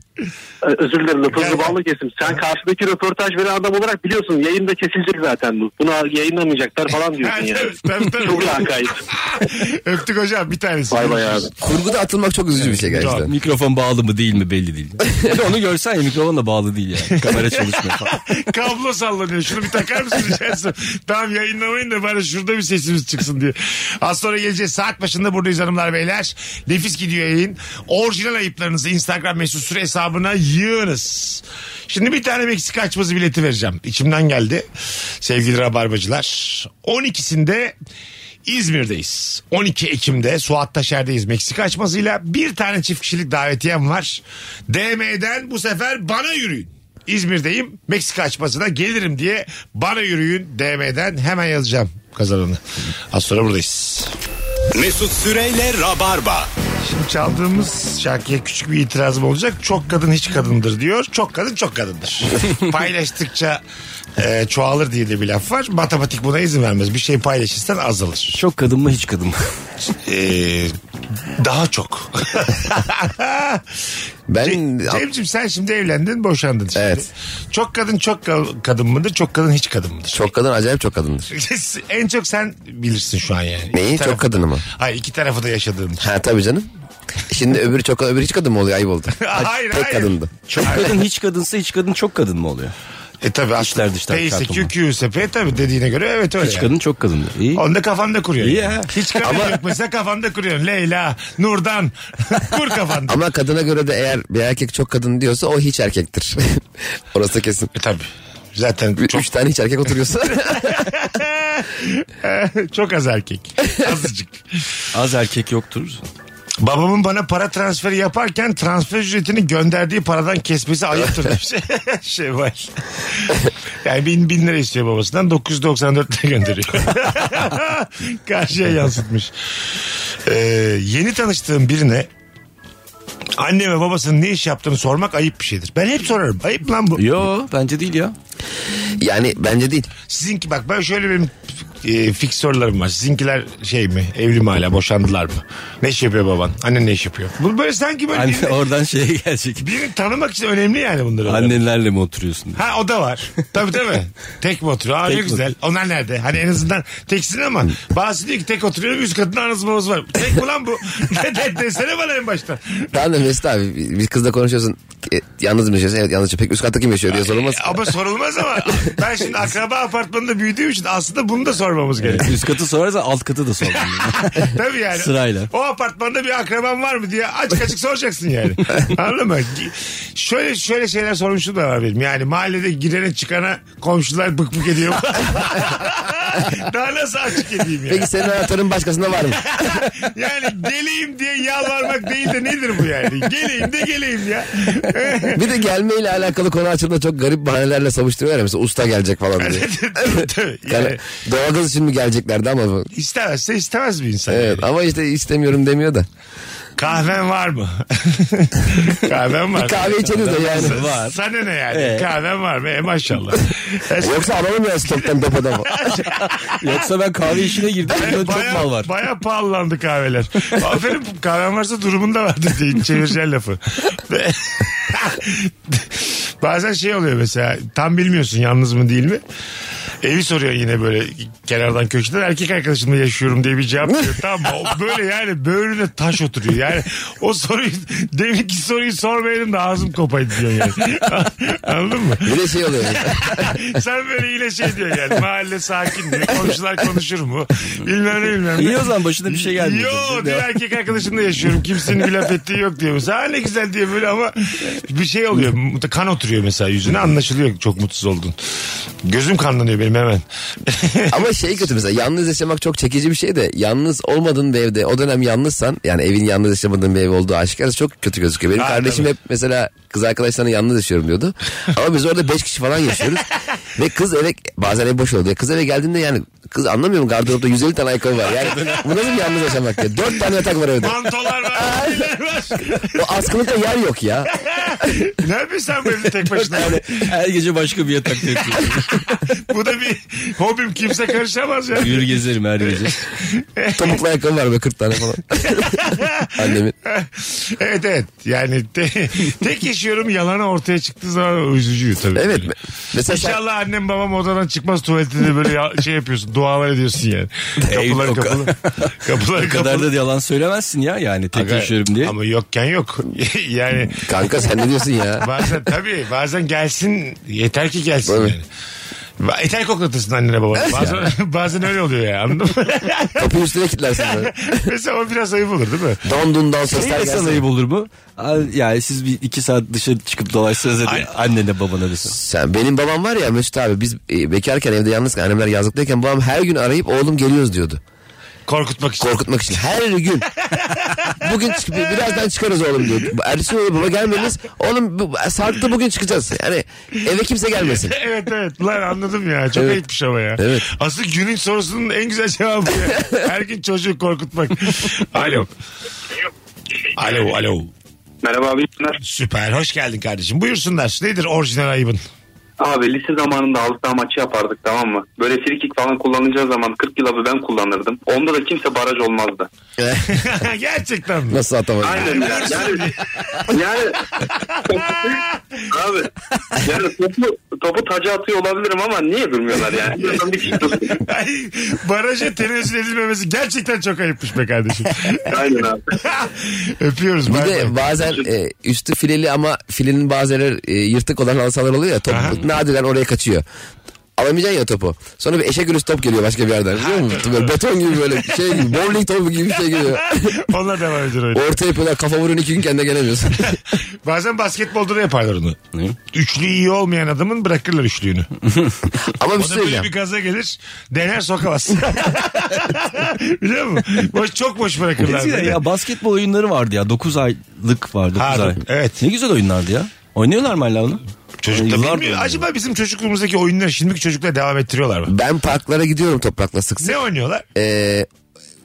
S4: Ee, özür dilerim lafınızı balla kesim. Sen karşıdaki röportaj veren adam olarak biliyorsun yayında kesilecek zaten bu. Buna yayınlamayacaklar falan diyorsun
S1: Ha,
S4: yani.
S1: tabii, tabii, tabii.
S4: Çok lakayt.
S1: Öptük hocam bir tanesi.
S4: Bay bay abi.
S2: Kurguda atılmak çok üzücü bir şey gerçekten.
S3: Mikrofon bağlı mı değil mi belli değil. Bir de onu görsen ya mikrofon da bağlı değil yani. Kamera çalışmıyor falan.
S1: Kablo sallanıyor. Şunu bir takar mısın rica etsem? Tamam yayınlamayın da bari şurada bir sesimiz çıksın diye. Az sonra geleceğiz. Saat başında buradayız hanımlar beyler. Nefis gidiyor yayın. Orijinal ayıplarınızı Instagram mesut süre hesabına yığınız. Şimdi bir tane Meksika açması bileti vereceğim. İçimden geldi. Sevgili Rabarbacılar. 12'sinde İzmir'deyiz. 12 Ekim'de Suat Taşer'deyiz. Meksika açmasıyla bir tane çift kişilik davetiyem var. DM'den bu sefer bana yürüyün. İzmir'deyim Meksika açmasına gelirim diye bana yürüyün DM'den hemen yazacağım kazananı. Az sonra buradayız.
S8: Mesut Süreyle Rabarba.
S1: Şimdi çaldığımız şarkıya küçük bir itirazım olacak. Çok kadın hiç kadındır diyor. Çok kadın çok kadındır. Paylaştıkça e, çoğalır diye de bir laf var. Matematik buna izin vermez. Bir şey paylaşırsan azalır.
S3: Çok kadın mı hiç kadın mı?
S1: E, daha çok.
S2: Ben
S1: Ce- Cem'ciğim sen şimdi evlendin boşandın şimdi.
S2: Evet.
S1: Çok kadın çok ka- kadın mıdır? Çok kadın hiç kadın mıdır?
S2: çok kadın acayip çok kadındır.
S1: en çok sen bilirsin şu an yani.
S2: Neyi?
S1: İki taraf-
S2: Çok kadını mı?
S1: Hayır iki tarafı da yaşadığın için.
S2: Ha tabii canım. Şimdi öbürü çok öbürü hiç kadın mı oluyor? Ayıp oldu.
S1: Hayır,
S2: Tek
S1: hayır.
S2: kadındı.
S3: Çok kadın hiç kadınsa hiç kadın çok kadın mı oluyor?
S1: E tabi aslında.
S3: İçler dışlar
S1: PSQ,
S3: çarpılma.
S1: QSP tabi dediğine göre evet öyle.
S3: Üç kadın çok kadındır. İyi.
S1: Onu da kafanda kuruyorsun.
S3: İyi ha.
S1: Hiç kafanda yok mesela kafanda kuruyorsun. Leyla, Nurdan. Kur kafanda.
S2: Ama kadına göre de eğer bir erkek çok kadın diyorsa o hiç erkektir. Orası da kesin.
S1: E tabi. Zaten
S2: Bir-
S1: çok,
S2: Üç tane hiç erkek oturuyorsa.
S1: çok az erkek. Azıcık.
S3: Az erkek yoktur.
S1: Babamın bana para transferi yaparken transfer ücretini gönderdiği paradan kesmesi ayıptır demiş. şey var. Yani bin, bin lira istiyor babasından 994 lira gönderiyor. Karşıya yansıtmış. Ee, yeni tanıştığım birine anne ve babasının ne iş yaptığını sormak ayıp bir şeydir. Ben hep sorarım. Ayıp lan bu.
S3: Yo bence değil ya.
S2: yani bence değil.
S1: Sizinki bak ben şöyle benim e, fix sorularım var. Sizinkiler şey mi? Evli mi hala? Boşandılar mı? Ne iş yapıyor baban? Anne ne iş yapıyor? Bu böyle sanki böyle
S3: Anne oradan şeye gelecek.
S1: Birini tanımak için önemli yani bunları.
S3: Annelerle mi oturuyorsun?
S1: Ha o da var. Tabii tabii. Tek mi oturuyor? Aa, ne
S3: Tek mi
S1: güzel. Onlar nerede? Hani en azından teksin ama bazı diyor ki tek oturuyor. Üst kadın anası babası var. Tek mi lan bu? De- de- Desene bana en başta.
S2: Tamam da Mesut abi bir- bir kızla konuşuyorsun. E, yalnız mı yaşıyorsun? Evet yalnız. Peki üst katta kim yaşıyor diye sorulmaz.
S1: E, ama sorulmaz ama. Ben şimdi akraba apartmanında büyüdüğüm için aslında bunu da sormamız gerekiyor.
S3: Üst katı sorarsa alt katı da sor.
S1: Tabii yani.
S3: Sırayla.
S1: O apartmanda bir akraban var mı diye açık açık soracaksın yani. Anladın mı? Şöyle şöyle şeyler sormuşum da var benim. Yani mahallede girene çıkana komşular bık bık ediyor. Daha nasıl açık edeyim yani?
S2: Peki senin anahtarın başkasında var mı?
S1: Yani geleyim diye yalvarmak değil de nedir bu yani? Geleyim de geleyim ya.
S2: Bir de gelmeyle alakalı konu açıldığında çok garip bahanelerle savuşturuyorlar ya. Mesela usta gelecek falan diye.
S1: Tabii, tabii.
S2: Yani
S1: yani
S2: doğalgaz için mi geleceklerdi ama bu-
S1: istemezse istemez bir insan.
S2: Evet ama işte istemiyorum demiyor da.
S1: Kahven var mı? Kahven var.
S2: Kahve içeriz de yani.
S3: Var.
S1: Sana ne yani?
S3: Evet.
S1: Kahven var mı? E maşallah. E,
S2: Yoksa alalım ya stoktan depoda mı?
S3: Yoksa ben kahve işine girdim.
S1: Evet,
S3: çok
S1: bayağı-
S3: mal var.
S1: bayağı pahalandı kahveler. Aferin kahven varsa durumunda vardır diye çevireceğin lafı. Ve- Bazen şey oluyor mesela tam bilmiyorsun yalnız mı değil mi? Evi soruyor yine böyle kenardan köşeden erkek arkadaşımla yaşıyorum diye bir cevap veriyor. tamam mı? O Böyle yani böğrüne taş oturuyor. Yani o soruyu deminki soruyu sormayalım da ağzım kopaydı diyor yani. Anladın mı?
S2: Bir de şey oluyor.
S1: Sen böyle yine şey diyor yani mahalle sakin diyor. Komşular konuşur mu? Bilmem ne bilmem ne.
S3: İyi o zaman başına bir şey gelmiyor.
S1: Yo diyor erkek arkadaşımla yaşıyorum. Kimsenin bir laf ettiği yok diyor. Mesela "Aa, ne güzel diye böyle ama bir şey oluyor. Kan oturuyor mesela yüzüne anlaşılıyor çok mutsuz oldun. Gözüm kanlanıyor benim hemen.
S2: Ama şey kötü mesela yalnız yaşamak çok çekici bir şey de yalnız olmadığın bir evde o dönem yalnızsan yani evin yalnız yaşamadığın bir ev olduğu aşikar çok kötü gözüküyor. Benim
S1: Ha,
S2: kardeşim
S1: tabii.
S2: hep mesela kız arkadaşlarına yalnız yaşıyorum diyordu. Ama biz orada 5 kişi falan yaşıyoruz. Ve kız eve bazen ev boş oluyor. Kız eve geldiğinde yani kız anlamıyorum gardıropta 150 tane ayakkabı var. Yani bu nasıl bir yalnız yaşamak ya? 4 tane yatak var evde.
S1: Mantolar var. şeyler var.
S2: O askılıkta yer yok ya.
S1: ne yapıyorsun sen bu evde tek başına?
S3: Her gece başka bir yatakta yatıyorum.
S1: bu da bir hobim kimse karışamaz ya.
S3: Yürü gezerim her gece.
S2: Topuklu ayakkabı var böyle 40 tane falan. Annemin.
S1: evet evet yani te- tek yaşıyorum yalanı ortaya çıktığı zaman üzücü tabii.
S2: Evet. Mesela sen-
S1: İnşallah annem babam odadan çıkmaz tuvaletinde böyle ya- şey yapıyorsun dualar ediyorsun yani. Kapılar
S3: o ka-
S1: kapalı. Kapılar
S3: O kadar
S1: kapalı.
S3: da yalan söylemezsin ya yani tek
S1: Aga,
S3: yaşıyorum diye.
S1: Ama yokken yok. yani
S2: kanka sen ne diyorsun ya?
S1: bazen tabii bazen gelsin yeter ki gelsin
S2: Evet.
S1: yani. Ba- Yeter koklatırsın annene babana. Bazen, bazen öyle oluyor ya anladın mı?
S2: Kapıyı üstüne kilitlersin böyle.
S1: Mesela o biraz ayıp olur değil mi?
S2: Dondun don sesler
S3: Neyle sana
S2: gelsin.
S3: ayıp olur mu? Al- Yani siz bir iki saat dışarı çıkıp dolaşsanız hadi annene babana desin.
S2: Sen, benim babam var ya Mesut abi biz e, bekarken evde yalnızken annemler yazlıktayken babam her gün arayıp oğlum geliyoruz diyordu.
S1: Korkutmak için.
S2: Korkutmak için her gün. bugün çıkıp birazdan çıkarız oğlum diyordu. Ertesi gün baba gelmediniz. Oğlum bu, saatte bugün çıkacağız. Yani eve kimse gelmesin.
S1: evet evet lan anladım ya çok
S2: Evet.
S1: ayıpmış ama ya.
S2: Evet.
S1: Asıl günün sorusunun en güzel cevabı ya. Her gün çocuğu korkutmak. alo. Alo alo.
S4: Merhaba abi. iyi günler.
S1: Süper hoş geldin kardeşim. Buyursunlar nedir orijinal ayıbın?
S4: Abi lise zamanında halı saha maçı yapardık tamam mı? Böyle frikik falan kullanacağı zaman 40 yıl abi ben kullanırdım. Onda da kimse baraj olmazdı.
S1: Gerçekten mi?
S2: Nasıl atamadım?
S4: Aynen ya. Yani, yani abi yani topu, topu taca atıyor olabilirim ama niye durmuyorlar yani? Buradan bir şey kişi dursun.
S1: Ay, baraja tenezzül edilmemesi gerçekten çok ayıpmış be kardeşim.
S4: Aynen abi.
S1: Öpüyoruz.
S2: Bir
S1: bay
S2: de
S1: bay.
S2: bazen e, üstü fileli ama filenin bazıları e, yırtık olan halı sahalar oluyor ya. Top,
S1: Aha.
S2: nadiren oraya kaçıyor. Alamayacaksın ya topu. Sonra bir eşek ölüsü top geliyor başka bir yerden. Biliyor musun? Böyle beton gibi böyle şey gibi. Bowling topu gibi bir şey geliyor.
S1: Onlar devam ediyor öyle.
S2: Orta yapıyorlar kafa vurun iki gün kendine gelemiyorsun.
S1: Bazen basketbolda da yaparlar onu. Üçlü iyi olmayan adamın bırakırlar üçlüğünü.
S2: Ama bir şey
S1: O da böyle
S2: söyleyeceğim.
S1: bir gaza gelir. Dener sokamaz. Biliyor musun? Boş, çok boş bırakırlar.
S3: Eskiden
S1: böyle.
S3: ya basketbol oyunları vardı ya. 9 aylık var 9
S1: Ha,
S3: ay.
S1: evet.
S3: Ne güzel oyunlardı ya. Oynuyorlar mı hala onu?
S1: Çocuk da
S3: Yıllardır
S1: bilmiyor.
S3: oynuyorlar.
S1: Acaba bizim çocukluğumuzdaki oyunları şimdiki çocuklar devam ettiriyorlar mı?
S2: Ben parklara gidiyorum toprakla sık sık.
S1: Ne oynuyorlar?
S2: Ee,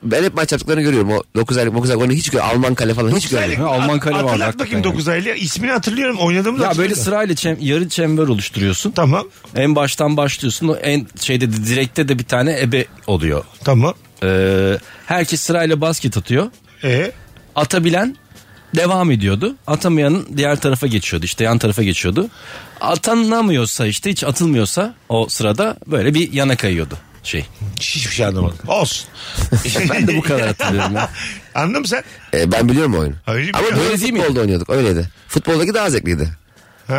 S2: ben hep maç yaptıklarını görüyorum. O 9 aylık 9 aylık onu hiç görüyorum. Alman kale falan hiç görüyorum.
S3: Ha, Alman kale vardı
S1: Hatırlat
S3: hakikaten
S1: bakayım
S3: yani.
S1: 9 aylı. İsmini hatırlıyorum. Oynadığımı da
S3: Ya böyle
S1: hatırlıyorum.
S3: sırayla çem- yarı çember oluşturuyorsun.
S1: Tamam.
S3: En baştan başlıyorsun. O En şeyde de- direkte de bir tane ebe oluyor.
S1: Tamam.
S3: Ee, herkes sırayla basket atıyor.
S1: Ee,
S3: Atabilen devam ediyordu. Atamayanın diğer tarafa geçiyordu. İşte yan tarafa geçiyordu. Atanamıyorsa işte hiç atılmıyorsa o sırada böyle bir yana kayıyordu şey.
S1: hiçbir şey anlamadım. Olsun.
S3: Ben de bu kadar hatırlıyorum ya.
S1: Anladın mı sen?
S2: Ee, ben biliyorum o oyunu.
S1: Öyle mi
S2: Ama
S1: ya?
S2: böyle futbolda oynuyorduk. Öyleydi. Futboldaki daha zevkliydi.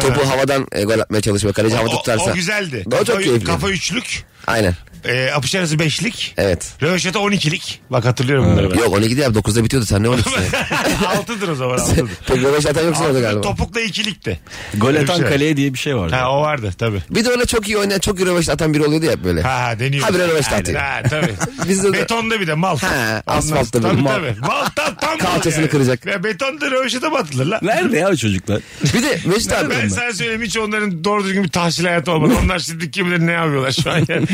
S2: Topu havadan e, gol atmaya çalışma. Kaleci havada
S1: O,
S2: tutarsa.
S1: o güzeldi.
S2: O çok keyifli.
S1: Kafa üçlük.
S2: Aynen.
S1: E, apış arası beşlik.
S2: Evet.
S1: Röveşata 12'lik. Bak hatırlıyorum bunları ben.
S2: Yok 12 değil abi 9'da bitiyordu sen ne 12'si?
S1: Altıdır o zaman altıdır.
S2: Pek röveş atan yoksa orada
S1: Altıdır,
S2: galiba.
S1: Topukla ikilikti.
S3: Gol
S1: Öyle bir
S3: atan
S1: şey.
S3: kaleye diye bir şey vardı.
S1: Ha o vardı tabii.
S2: Bir de öyle çok iyi oynayan çok iyi röveş atan biri oluyordu ya hep böyle.
S1: Ha ha deniyor.
S2: Ha, bir röveşte atıyor.
S1: Ha tabii.
S2: Bizde de-
S1: Betonda bir de mal.
S2: Ha, asfaltta
S1: Ondan-
S2: bir
S1: tabii,
S2: mal.
S1: Tabii. Mal tam tam. mal
S2: Kalçasını kıracak.
S1: Ya betonda röveşata mı atılır lan?
S3: Nerede ya o çocuklar?
S2: Bir de Mesut abi.
S1: Ben sana söyleyeyim hiç onların doğru düzgün bir tahsil hayatı olmadı. Onlar şimdi kim bilir ne yapıyorlar şu an yani.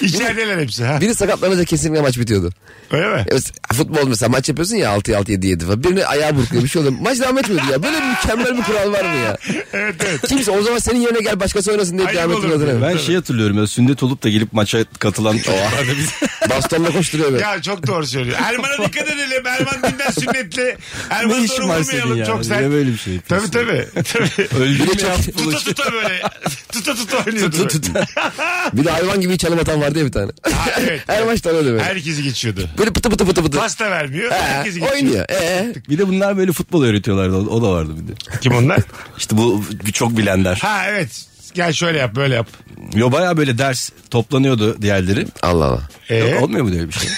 S1: İçerideler hepsi ha.
S2: Biri sakatlanınca kesinlikle maç bitiyordu.
S1: Öyle mi?
S2: Ya mes- Futbol mesela maç yapıyorsun ya 6 6 7 7 falan. Birine ayağı burkuyor bir şey oluyor. Maç devam etmiyordu ya. Böyle bir mükemmel bir kural var mı ya?
S1: Evet evet.
S2: Kimse o zaman senin yerine gel başkası oynasın diye
S1: Ayıp
S2: devam
S1: olur.
S2: etmiyordu.
S3: Ben
S2: Ben...
S3: şey hatırlıyorum ya sünnet olup da gelip maça katılan çocuklar.
S2: Bastonla koşturuyor böyle.
S1: Ya çok doğru söylüyor. Erman'a dikkat edelim. Erman dünden sünnetli. Erman'ı
S3: Ne işin var senin
S1: sorulmayalım
S3: ya?
S1: çok
S3: Bir
S1: sert.
S3: de böyle bir şey
S1: Tabii
S3: yapıyorsun.
S1: tabii. tabii.
S3: Öldü
S2: Bir de çok-
S1: tuta tuta böyle. Tuta tuta oynuyordu.
S3: Tut tut.
S2: Bir de hayvan gibi çalım atan vardı ya bir tane.
S1: Ha, evet.
S2: Her maçta öyle böyle.
S1: Herkesi geçiyordu.
S2: Böyle pıtı pıtı pıtı pıtı.
S1: Pasta vermiyor.
S2: Ee,
S1: Herkesi geçiyor.
S2: oynuyor. Ee,
S3: Bir de bunlar böyle futbol öğretiyorlardı. O o da vardı bir de.
S1: Kim onlar?
S3: İşte bu çok bilenler.
S1: Ha evet. Gel şöyle yap böyle yap.
S3: Yo baya böyle ders toplanıyordu diğerleri.
S2: Allah Allah.
S1: Ee?
S3: Olmuyor mu böyle bir şey?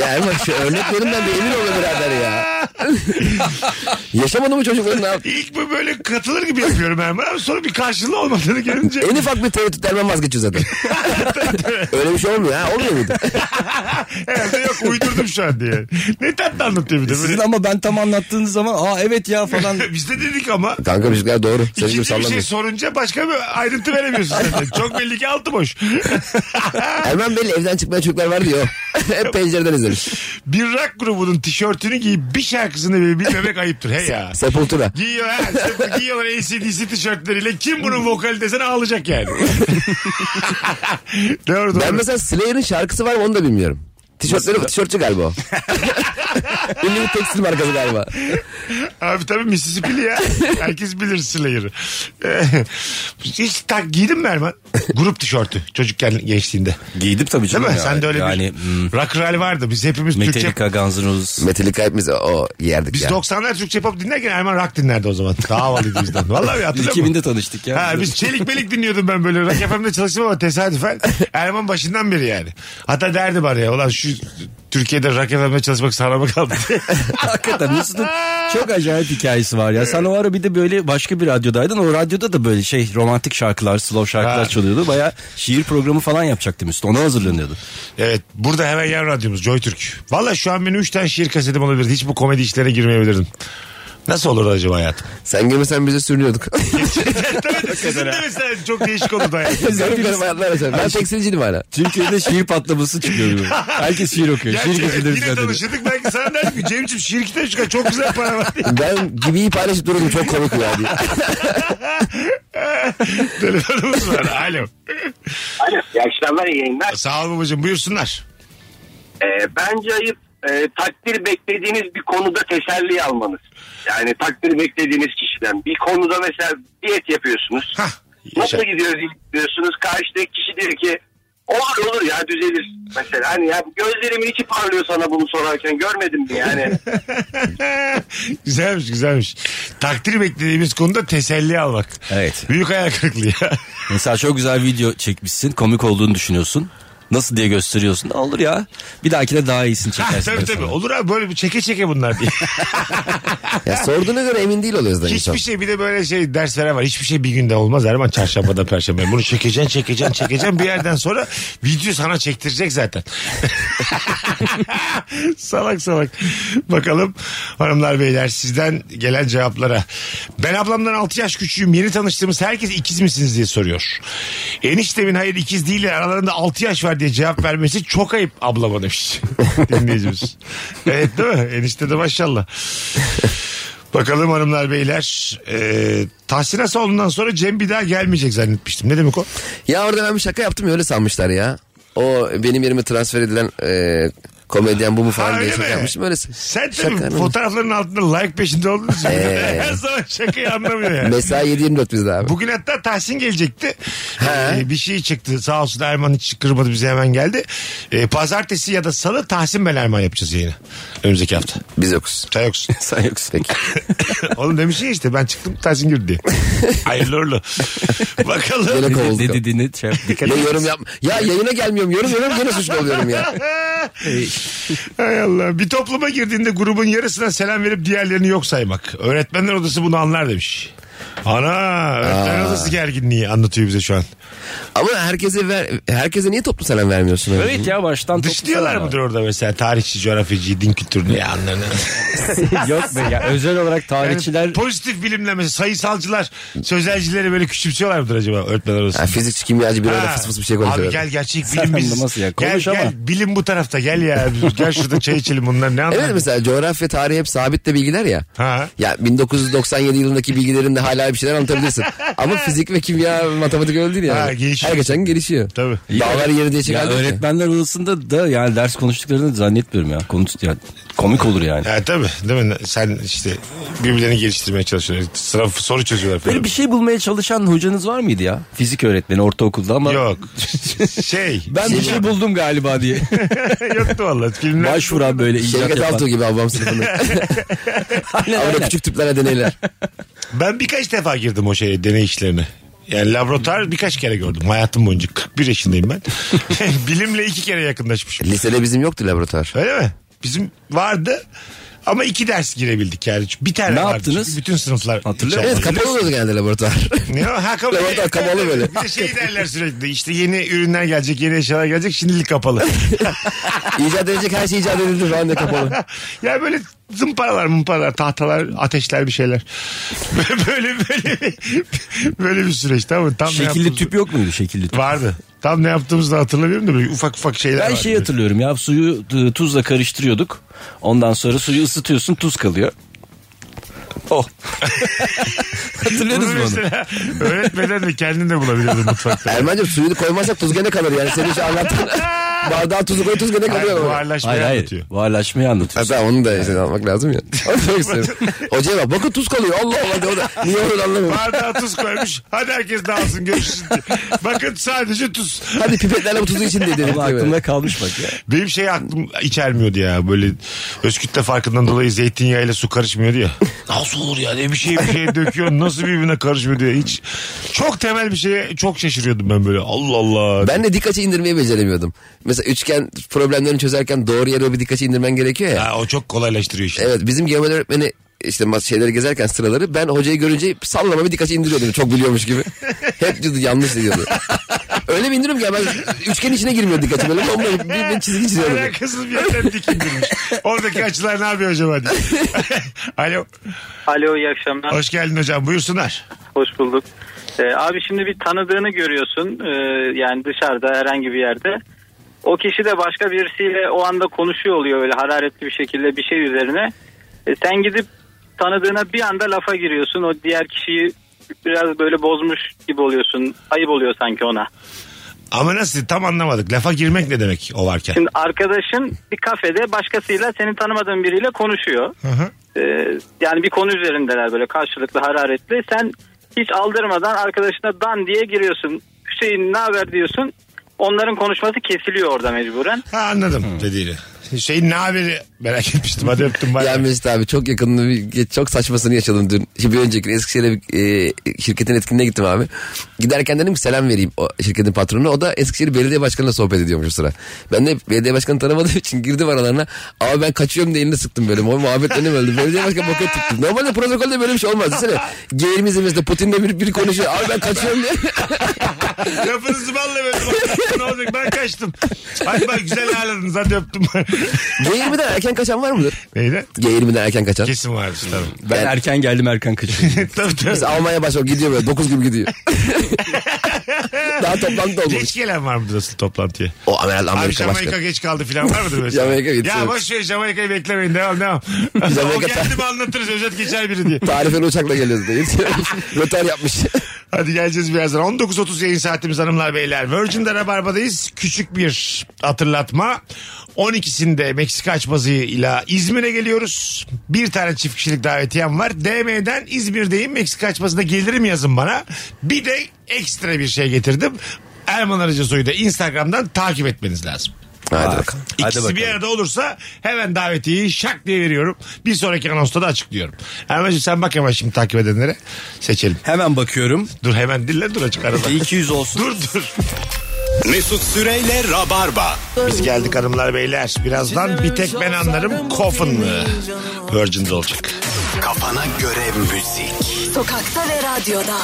S2: Ya Erman şu örneklerinden de emin ol be birader ya. Yaşamadı mı çocukların ne yaptı?
S1: İlk bu böyle katılır gibi yapıyorum Erman abi. Sonra bir karşılığı olmadığını görünce.
S2: En ufak bir tereddüt Erman vazgeçiyor zaten. Öyle bir şey olmuyor ha. Olmuyor muydu?
S1: Herhalde yok uydurdum şu an diye. Ne tatlı anlatıyor bir de.
S3: Sizin
S1: Böyle.
S3: ama ben tam anlattığınız zaman aa evet ya falan.
S1: Biz de dedik ama.
S2: Kanka müzikler doğru. Senin gibi
S1: İkinci bir şey
S2: sallamıyor.
S1: sorunca başka bir ayrıntı veremiyorsun zaten. Çok belli ki altı boş.
S2: Erman Bey'le evden çıkmayan çocuklar vardı ya. o. Hep pencereden izlemiş.
S1: bir rock grubunun tişörtünü giyip bir şarkısını bile bilmemek ayıptır. He ya.
S2: Sepultura.
S1: Giyiyor ha. Sırf giyiyorlar ACDC tişörtleriyle. Kim bunun vokali desene ağlayacak yani. doğru doğru.
S2: Ben mesela Slayer'in şarkısı var mı onu da bilmiyorum. Tişörtleri, tişörtçü galiba o. Ünlü bir tekstil markası galiba.
S1: Abi tabii Mississippi'li ya. Herkes bilir Slayer'ı. Hiç tak giydin mi Erman? Grup tişörtü çocukken gençliğinde.
S3: Giydim tabii
S1: Değil
S3: canım
S1: mi?
S3: ya.
S1: Sen de öyle
S3: yani,
S1: bir
S3: hmm,
S1: rock rally vardı. Biz hepimiz Türkçe...
S3: Metallica, Guns N' Roses.
S2: Metallica hepimiz o giyerdik
S1: Biz
S2: ya.
S1: 90'lar Türkçe pop dinlerken Erman rock dinlerdi o zaman. Daha havalıydı bizden. Vallahi
S3: Biz
S1: hatırlıyor
S3: 2000'de
S1: musun?
S3: tanıştık ya.
S1: Ha, biz çelik belik dinliyordum ben böyle. Rock FM'de çalıştım ama tesadüfen Erman başından beri yani. Hatta derdi bana ya ulan şu Türkiye'de Rock FM'de çalışmak sarama kaldı.
S3: Hakikaten Mesut'un çok acayip hikayesi var ya. Sen o ara bir de böyle başka bir radyodaydın. O radyoda da böyle şey romantik şarkılar, slow şarkılar
S1: Ha.
S3: çalıyordu. Baya şiir programı falan yapacaktı Mesut. Ona hazırlanıyordu.
S1: Evet burada hemen yan radyomuz Joy Türk. Valla şu an benim 3 tane şiir kasetim olabilirdi. Hiç bu komedi işlerine girmeyebilirdim. Nasıl olurdu acaba hayatım?
S2: Sen girmesen bize sürünüyorduk.
S1: Tabii sizin de mesela çok değişik olurdu hayatım.
S2: Garip garip hayatlar yaşadık. Ben tekstilciydim hala.
S3: Türkiye'de şiir patlaması çıkıyor. Herkes şiir okuyor. şiir
S1: Gerçi
S3: gözünde
S1: yine
S3: bizden dedi.
S1: tanışırdık belki sana derdim ki Cem'ciğim şiir kitabı çıkar çok güzel para var diye.
S2: Ben gibiyi paylaşıp duruyordum çok komik ya diye.
S1: Telefonumuz var alo.
S9: İyi akşamlar iyi yayınlar.
S1: Sağ ol babacığım buyursunlar.
S9: Ee, bence ayıp e, takdir beklediğiniz bir konuda teselli almanız. Yani takdir beklediğiniz kişiden. Bir konuda mesela diyet yapıyorsunuz.
S1: Hah,
S9: Nasıl
S1: yaşa.
S9: gidiyoruz diyorsunuz. Karşıdaki kişi diyor ki
S10: Olur olur ya düzelir. Mesela hani ya gözlerimin içi parlıyor sana bunu sorarken görmedim mi yani?
S1: güzelmiş güzelmiş. Takdir beklediğimiz konuda teselli almak.
S3: Evet.
S1: Büyük hayal kırıklığı ya.
S3: Mesela çok güzel video çekmişsin. Komik olduğunu düşünüyorsun. Nasıl diye gösteriyorsun. Olur ya. Bir dahakine daha iyisini
S1: Ha,
S3: çekersin.
S1: tabii
S3: diyor
S1: tabii.
S3: sana.
S1: Olur abi böyle bir çeke çeke bunlar diye.
S2: Ya sorduğuna göre emin değil oluyoruz da insan.
S1: Hiçbir şey bir de böyle şey ders veren var. Hiçbir şey bir günde olmaz Erman çarşambada perşembe. Bunu çekeceksin çekeceksin çekeceksin bir yerden sonra video sana çektirecek zaten. salak salak. Bakalım hanımlar beyler sizden gelen cevaplara. Ben ablamdan 6 yaş küçüğüm. Yeni tanıştığımız herkes ikiz misiniz diye soruyor. Eniştemin hayır ikiz değil aralarında 6 yaş var diye cevap vermesi çok ayıp ablama demiş. Dinleyicimiz. Evet değil mi? Enişte de maşallah. Bakalım hanımlar beyler. Ee, Tahsin Asoğlu'ndan sonra Cem bir daha gelmeyecek zannetmiştim. Ne demek o?
S2: Ya orada ben bir şaka yaptım ya, öyle sanmışlar ya. O benim yerime transfer edilen e, komedyen bu mu falan
S1: Ha,
S2: diye
S1: öyle
S2: şaka
S1: mi?
S2: yapmışım. Öyle
S1: Sen tabii
S2: şaka.
S1: fotoğrafların altında like peşinde olduğun için
S2: Ee.
S1: her zaman şakayı anlamıyor yani.
S2: Mesai 7-24 bizde abi.
S1: Bugün hatta Tahsin gelecekti. Ee, bir şey çıktı sağ olsun Erman hiç kırmadı bize hemen geldi. Ee, pazartesi ya da salı Tahsin ben Erman yapacağız yayını. Önümüzdeki hafta.
S2: Biz yokuz.
S1: Sen yoksun.
S3: Sen yoksun.
S2: Peki.
S1: Oğlum demişsin ya işte ben çıktım Tahsin girdi diye. Hayırlı uğurlu. Bakalım.
S2: Gene
S3: Ne,
S2: kovulduk.
S3: ne dediğini şey yap, dikkat
S2: Ya
S3: et.
S2: yorum yapma. Ya yayına gelmiyorum yorum yapıyorum gene suçlu oluyorum ya.
S1: Hay Allah. Bir topluma girdiğinde grubun yarısına selam verip diğerlerini yok saymak. Öğretmenler odası bunu anlar demiş. Ana öğretmen odası gerginliği anlatıyor bize şu an.
S2: Ama herkese ver, herkese niye toplu selam vermiyorsun? öyle?
S3: Evet ya baştan
S1: Dışlıyorlar
S3: toplasana.
S1: mıdır orada mesela tarihçi, coğrafyacıyı, din kültürünü ya anlarını.
S3: Yok be ya özel olarak tarihçiler
S1: Yani pozitif bilimle mesela sayısalcılar, sözelcileri böyle küçümsüyorlar mıdır acaba öğretmenler odası?
S2: Ha, fizikçi, kimyacı bir arada
S1: Ha.
S2: fıs fıs bir şey konuşuyor.
S1: Abi gel gerçek bilim
S3: Sen
S1: biz.
S3: anlaması ya,
S1: Gel,
S3: konuş ama.
S1: gel bilim bu tarafta gel ya. gel şurada çay içelim bunlar ne
S2: Evet
S1: anlar?
S2: mesela coğrafya, tarih hep sabit de bilgiler ya.
S1: Ha.
S2: Ya 1997 yılındaki bilgilerinde hala bir şeyler anlatabilirsin. Ama fizik ve kimya, matematik öyle değil yani.
S1: Ha, gelişiyor.
S2: Her geçen gün gelişiyor.
S1: Tabii.
S2: Dağlar yeri diye
S3: ya
S2: çıkardı.
S3: öğretmenler odasında da yani ders konuştuklarını zannetmiyorum ya. Konuş, ya komik olur yani.
S1: Ya tabii değil mi? Sen işte birbirlerini geliştirmeye çalışıyorlar. Sıra soru çözüyorlar falan.
S3: Böyle bir şey bulmaya çalışan hocanız var mıydı ya? Fizik öğretmeni ortaokulda ama
S1: Yok. şey.
S3: ben bir şey buldum galiba diye.
S1: Yoktu vallahi. Filmler.
S3: Başvuran böyle icat
S2: Şevket Altuğ
S3: yapan.
S2: gibi ablam sınıfında.
S3: Aynen,
S2: Ama
S3: aynen.
S2: küçük tüplere deneyler.
S1: Ben birkaç defa girdim o şeye deney işlerine. Yani laboratuvar birkaç kere gördüm hayatım boyunca. 41 yaşındayım ben. Bilimle iki kere yakınlaşmışım.
S2: Lisede bizim yoktu laboratuvar.
S1: Öyle mi? Bizim vardı ama iki ders girebildik yani. Bir tane
S3: Ne
S1: vardı.
S3: yaptınız?
S1: Çünkü Bütün sınıflar.
S3: Hatırlıyor
S1: içeride.
S2: Evet kapalı oluyordu genelde laboratuvar.
S1: Ne o? Ha kapalı.
S2: Laboratuvar kapalı böyle.
S1: Bir de şey derler sürekli işte yeni ürünler gelecek, yeni eşyalar gelecek şimdilik kapalı.
S2: icat edilecek her şey icat edildi şu anda kapalı.
S1: ya böyle zımparalar mımparalar tahtalar ateşler bir şeyler. böyle böyle böyle bir süreç tamam mı? Tam ne
S3: Şekilli
S1: yaptığımızı-
S3: tüp yok muydu şekilli tüp?
S1: Vardı. Tam ne yaptığımızı da hatırlamıyorum da böyle ufak ufak şeyler
S3: Ben
S1: vardı.
S3: şey hatırlıyorum ya suyu e, tuzla karıştırıyorduk. Ondan sonra suyu ısıtıyorsun tuz kalıyor. Oh. Hatırlıyorsunuz
S1: Bunu
S3: mu onu?
S1: mesela öğretmeden de kendin de bulabiliyordun mutfakta.
S2: Erman'cığım suyunu koymazsak tuz gene kalır yani. Senin şu anlattığın bardağa tuzu koy tuz gene
S1: Yani
S2: kalıyor. ama.
S3: Hayır
S1: buharlaşmayı
S3: hayır.
S1: anlatıyor.
S3: Varlaşmayı
S2: Ha,
S3: anlatıyorsun.
S2: tamam, onu da işte almak lazım ya. Onu demek istiyorum. Hocaya bak bakın tuz kalıyor. Allah Allah. de o da- Niye onu anlamıyorum.
S1: Bardağa tuz koymuş. Hadi herkes dağılsın görüşürüz diye. Bakın sadece tuz.
S2: Hadi pipetlerle bu tuzu için dedi.
S3: Bu aklımda kalmış bak ya.
S1: Benim şey aklım içermiyordu ya. Böyle Özküt'te farkından dolayı zeytinyağıyla su karışmıyordu ya. Nasıl olur ya diye bir şey bir şey döküyor. Nasıl birbirine karışmıyor diye. Hiç çok temel bir şeye çok şaşırıyordum ben böyle. Allah Allah.
S2: Ben de dik açı indirmeyi beceremiyordum. Mesela üçgen problemlerini çözerken doğru yere bir dik açı indirmen gerekiyor ya.
S1: Ha, o çok kolaylaştırıyor işte.
S2: Evet bizim geometri öğretmeni işte mas- şeyleri gezerken sıraları ben hocayı görünce sallama bir dik açı indiriyordum çok biliyormuş gibi. Hep diyordu yanlış diyordu. Öyle bir indiriyorum ki ya ben üçgen içine girmiyor dik açı böyle normal bir, bir çizgi çiziyorum.
S1: Alakasız bir yerden dikindirmiş. Oradaki açılar ne yapıyor acaba diye. Alo.
S10: Alo iyi akşamlar.
S1: Hoş geldin hocam. Buyursunlar.
S10: Hoş bulduk. Ee, abi şimdi bir tanıdığını görüyorsun ee, yani dışarıda herhangi bir yerde. O kişi de başka birisiyle o anda konuşuyor oluyor böyle hararetli bir şekilde bir şey üzerine. E, sen gidip tanıdığına bir anda lafa giriyorsun. O diğer kişiyi biraz böyle bozmuş gibi oluyorsun. Ayıp oluyor sanki ona.
S1: Ama nasıl tam anlamadık. Lafa girmek ne demek o varken?
S10: Şimdi arkadaşın bir kafede başkasıyla seni tanımadığın biriyle konuşuyor.
S1: Hı hı.
S10: Ee, yani bir konu üzerindeler böyle karşılıklı hararetli. Sen hiç aldırmadan arkadaşına dan diye giriyorsun. Hüseyin ne haber diyorsun. Onların konuşması kesiliyor orada mecburen.
S1: Ha, anladım dediğini. Şeyin ne haberi merak etmiştim. Hadi öptüm bay.
S2: Ya Mesut abi çok yakınını bir- çok saçmasını yaşadım dün. Şimdi bir önceki gün Eskişehir'e bir, e, şirketin etkinliğine gittim abi. Giderken dedim ki selam vereyim o şirketin patronuna. O da Eskişehir Belediye Başkanı'yla sohbet ediyormuş o sıra. Ben de belediye başkanı tanımadığım için girdim aralarına. Abi ben kaçıyorum diye elini sıktım böyle. O muhabbetlerini böldüm. Belediye başkanı boka tuttu. Normalde protokolde böyle bir şey olmaz. Desene. Geğirimiz mesela Putin'le bir, bir konuşuyor. Abi ben kaçıyorum diye.
S1: Lafınızı balla böyle. bak, ne olacak ben kaçtım. Hadi bak güzel ağladınız. Hadi öptüm bay.
S2: G20'den erken kaçan var mıdır?
S1: Neydi?
S2: G20'den erken kaçan.
S1: Kesin varmış tabii.
S3: Hmm. Ben erken geldim erken kaçıyorum.
S1: tabii tabii.
S2: Biz Almanya başlıyor gidiyor böyle 9 gibi gidiyor. Daha toplantı olmamış.
S1: Geç gelen var mıdır asıl toplantıya?
S2: O herhalde
S1: Abi
S2: Amerika
S1: Jamaika
S2: başkanı.
S1: geç kaldı falan var mıdır mesela?
S2: Jamaika geç
S1: Ya
S2: kaldı.
S1: boş ver Jamaika'yı beklemeyin devam devam. o
S2: Jamaika-
S1: geldi mi anlatırız özet geçer biri diye.
S2: Tarifeli uçakla geliyoruz diye. Rötar yapmış.
S1: Hadi geleceğiz birazdan. 19.30 yayın saatimiz hanımlar beyler. Virgin'de Rabarba'dayız. Küçük bir hatırlatma. 12'sinde Meksika açması ile İzmir'e geliyoruz. Bir tane çift kişilik davetiyem var. DM'den İzmir'deyim. Meksika açmasında gelirim yazın bana. Bir de ekstra bir şey getirdim. Erman Arıcı da Instagram'dan takip etmeniz lazım.
S2: Hadi bakalım.
S1: İkisi bir arada olursa hemen davetiyi şak diye veriyorum. Bir sonraki anonsta da açıklıyorum. Erman'cığım sen bak hemen şimdi takip edenlere seçelim.
S3: Hemen bakıyorum.
S1: Dur hemen dille dur açık arada.
S3: 200 olsun.
S1: dur dur.
S8: Mesut Süreyle Rabarba.
S1: Biz geldik hanımlar beyler. Birazdan bir tek ben anlarım Coffin'lı. Virgin'de olacak.
S8: Kafana göre müzik.
S11: Sokakta ve radyoda.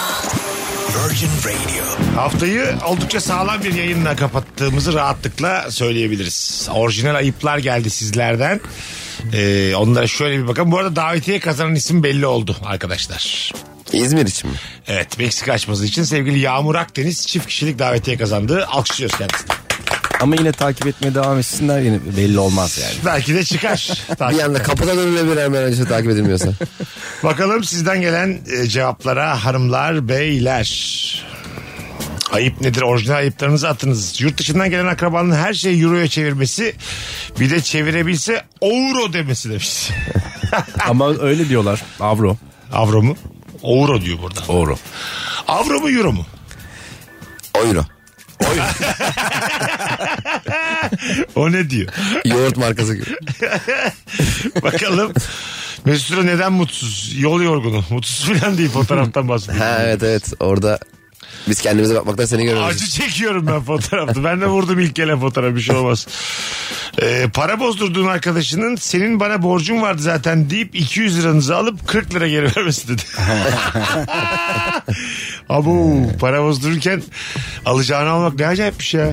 S8: Virgin Radio.
S1: Haftayı oldukça sağlam bir yayınla kapattığımızı rahatlıkla söyleyebiliriz. Orijinal ayıplar geldi sizlerden. Ee, onlara şöyle bir bakın. Bu arada davetiye kazanan isim belli oldu arkadaşlar.
S2: İzmir için mi?
S1: Evet Meksika açması için sevgili Yağmur Akdeniz çift kişilik davetiye kazandı. Alkışlıyoruz kendisini.
S3: Ama yine takip etmeye devam etsinler yine belli olmaz yani.
S1: Belki de çıkar.
S2: Bir yanda kapıdan önüne bir hemen önce takip edilmiyorsa.
S1: Bakalım sizden gelen e, cevaplara hanımlar beyler. Ayıp nedir? Orijinal ayıplarınızı atınız. Yurt dışından gelen akrabanın her şeyi euroya çevirmesi bir de çevirebilse euro demesi demiş.
S3: Ama öyle diyorlar. Avro.
S1: Avro mu? Euro diyor burada. Euro. Avro mu euro mu?
S2: Euro.
S1: O ne diyor?
S2: Yoğurt markası gibi.
S1: Bakalım. Mesut Süre neden mutsuz? Yol yorgunu. Mutsuz falan değil fotoğraftan bahsediyor.
S2: Ha evet evet orada biz kendimize bakmaktan seni görüyoruz.
S1: Acı çekiyorum ben fotoğrafta. Ben de vurdum ilk gelen fotoğraf bir şey olmaz. Ee, para bozdurduğun arkadaşının senin bana borcun vardı zaten deyip 200 liranızı alıp 40 lira geri vermesi dedi. Abu para bozdururken alacağını almak ne acayipmiş ya.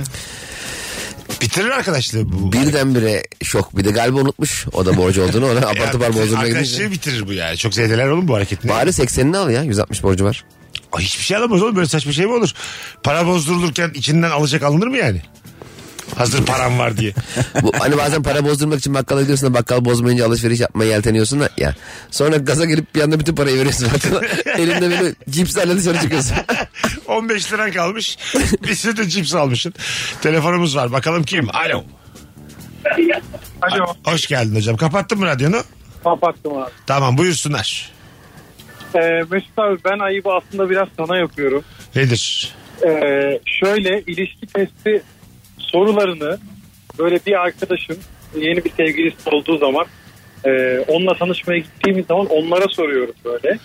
S1: Bitirir arkadaşlığı bu.
S2: Birdenbire şok bir de galiba unutmuş o da borcu olduğunu ona apar topar bozdurmaya
S1: Arkadaşlığı
S2: gidince.
S1: bitirir bu yani. Çok zedeler oğlum bu hareketini.
S2: Bari 80'ini al ya 160 borcu var.
S1: Ay, hiçbir şey alamaz oğlum böyle saçma şey mi olur? Para bozdurulurken içinden alacak alınır mı yani? Hazır param var diye.
S2: Bu, hani bazen para bozdurmak için bakkala gidiyorsun da bakkal bozmayınca alışveriş yapmaya yelteniyorsun da ya. Sonra gaza gelip bir anda bütün parayı veriyorsun bakkala. Elinde böyle cipslerle dışarı çıkıyorsun.
S1: 15 liran kalmış. Bir sürü de cips almışsın. Telefonumuz var. Bakalım kim? Alo.
S5: Alo.
S1: Hoş geldin hocam. Kapattın mı radyonu?
S5: Kapattım abi.
S1: Tamam buyursunlar.
S5: Ee, Mesut abi ben ayıbı aslında biraz sana yapıyorum.
S1: Nedir?
S5: Ee, şöyle ilişki testi sorularını böyle bir arkadaşım yeni bir sevgilisi olduğu zaman e, onunla tanışmaya gittiğimiz zaman onlara soruyoruz böyle.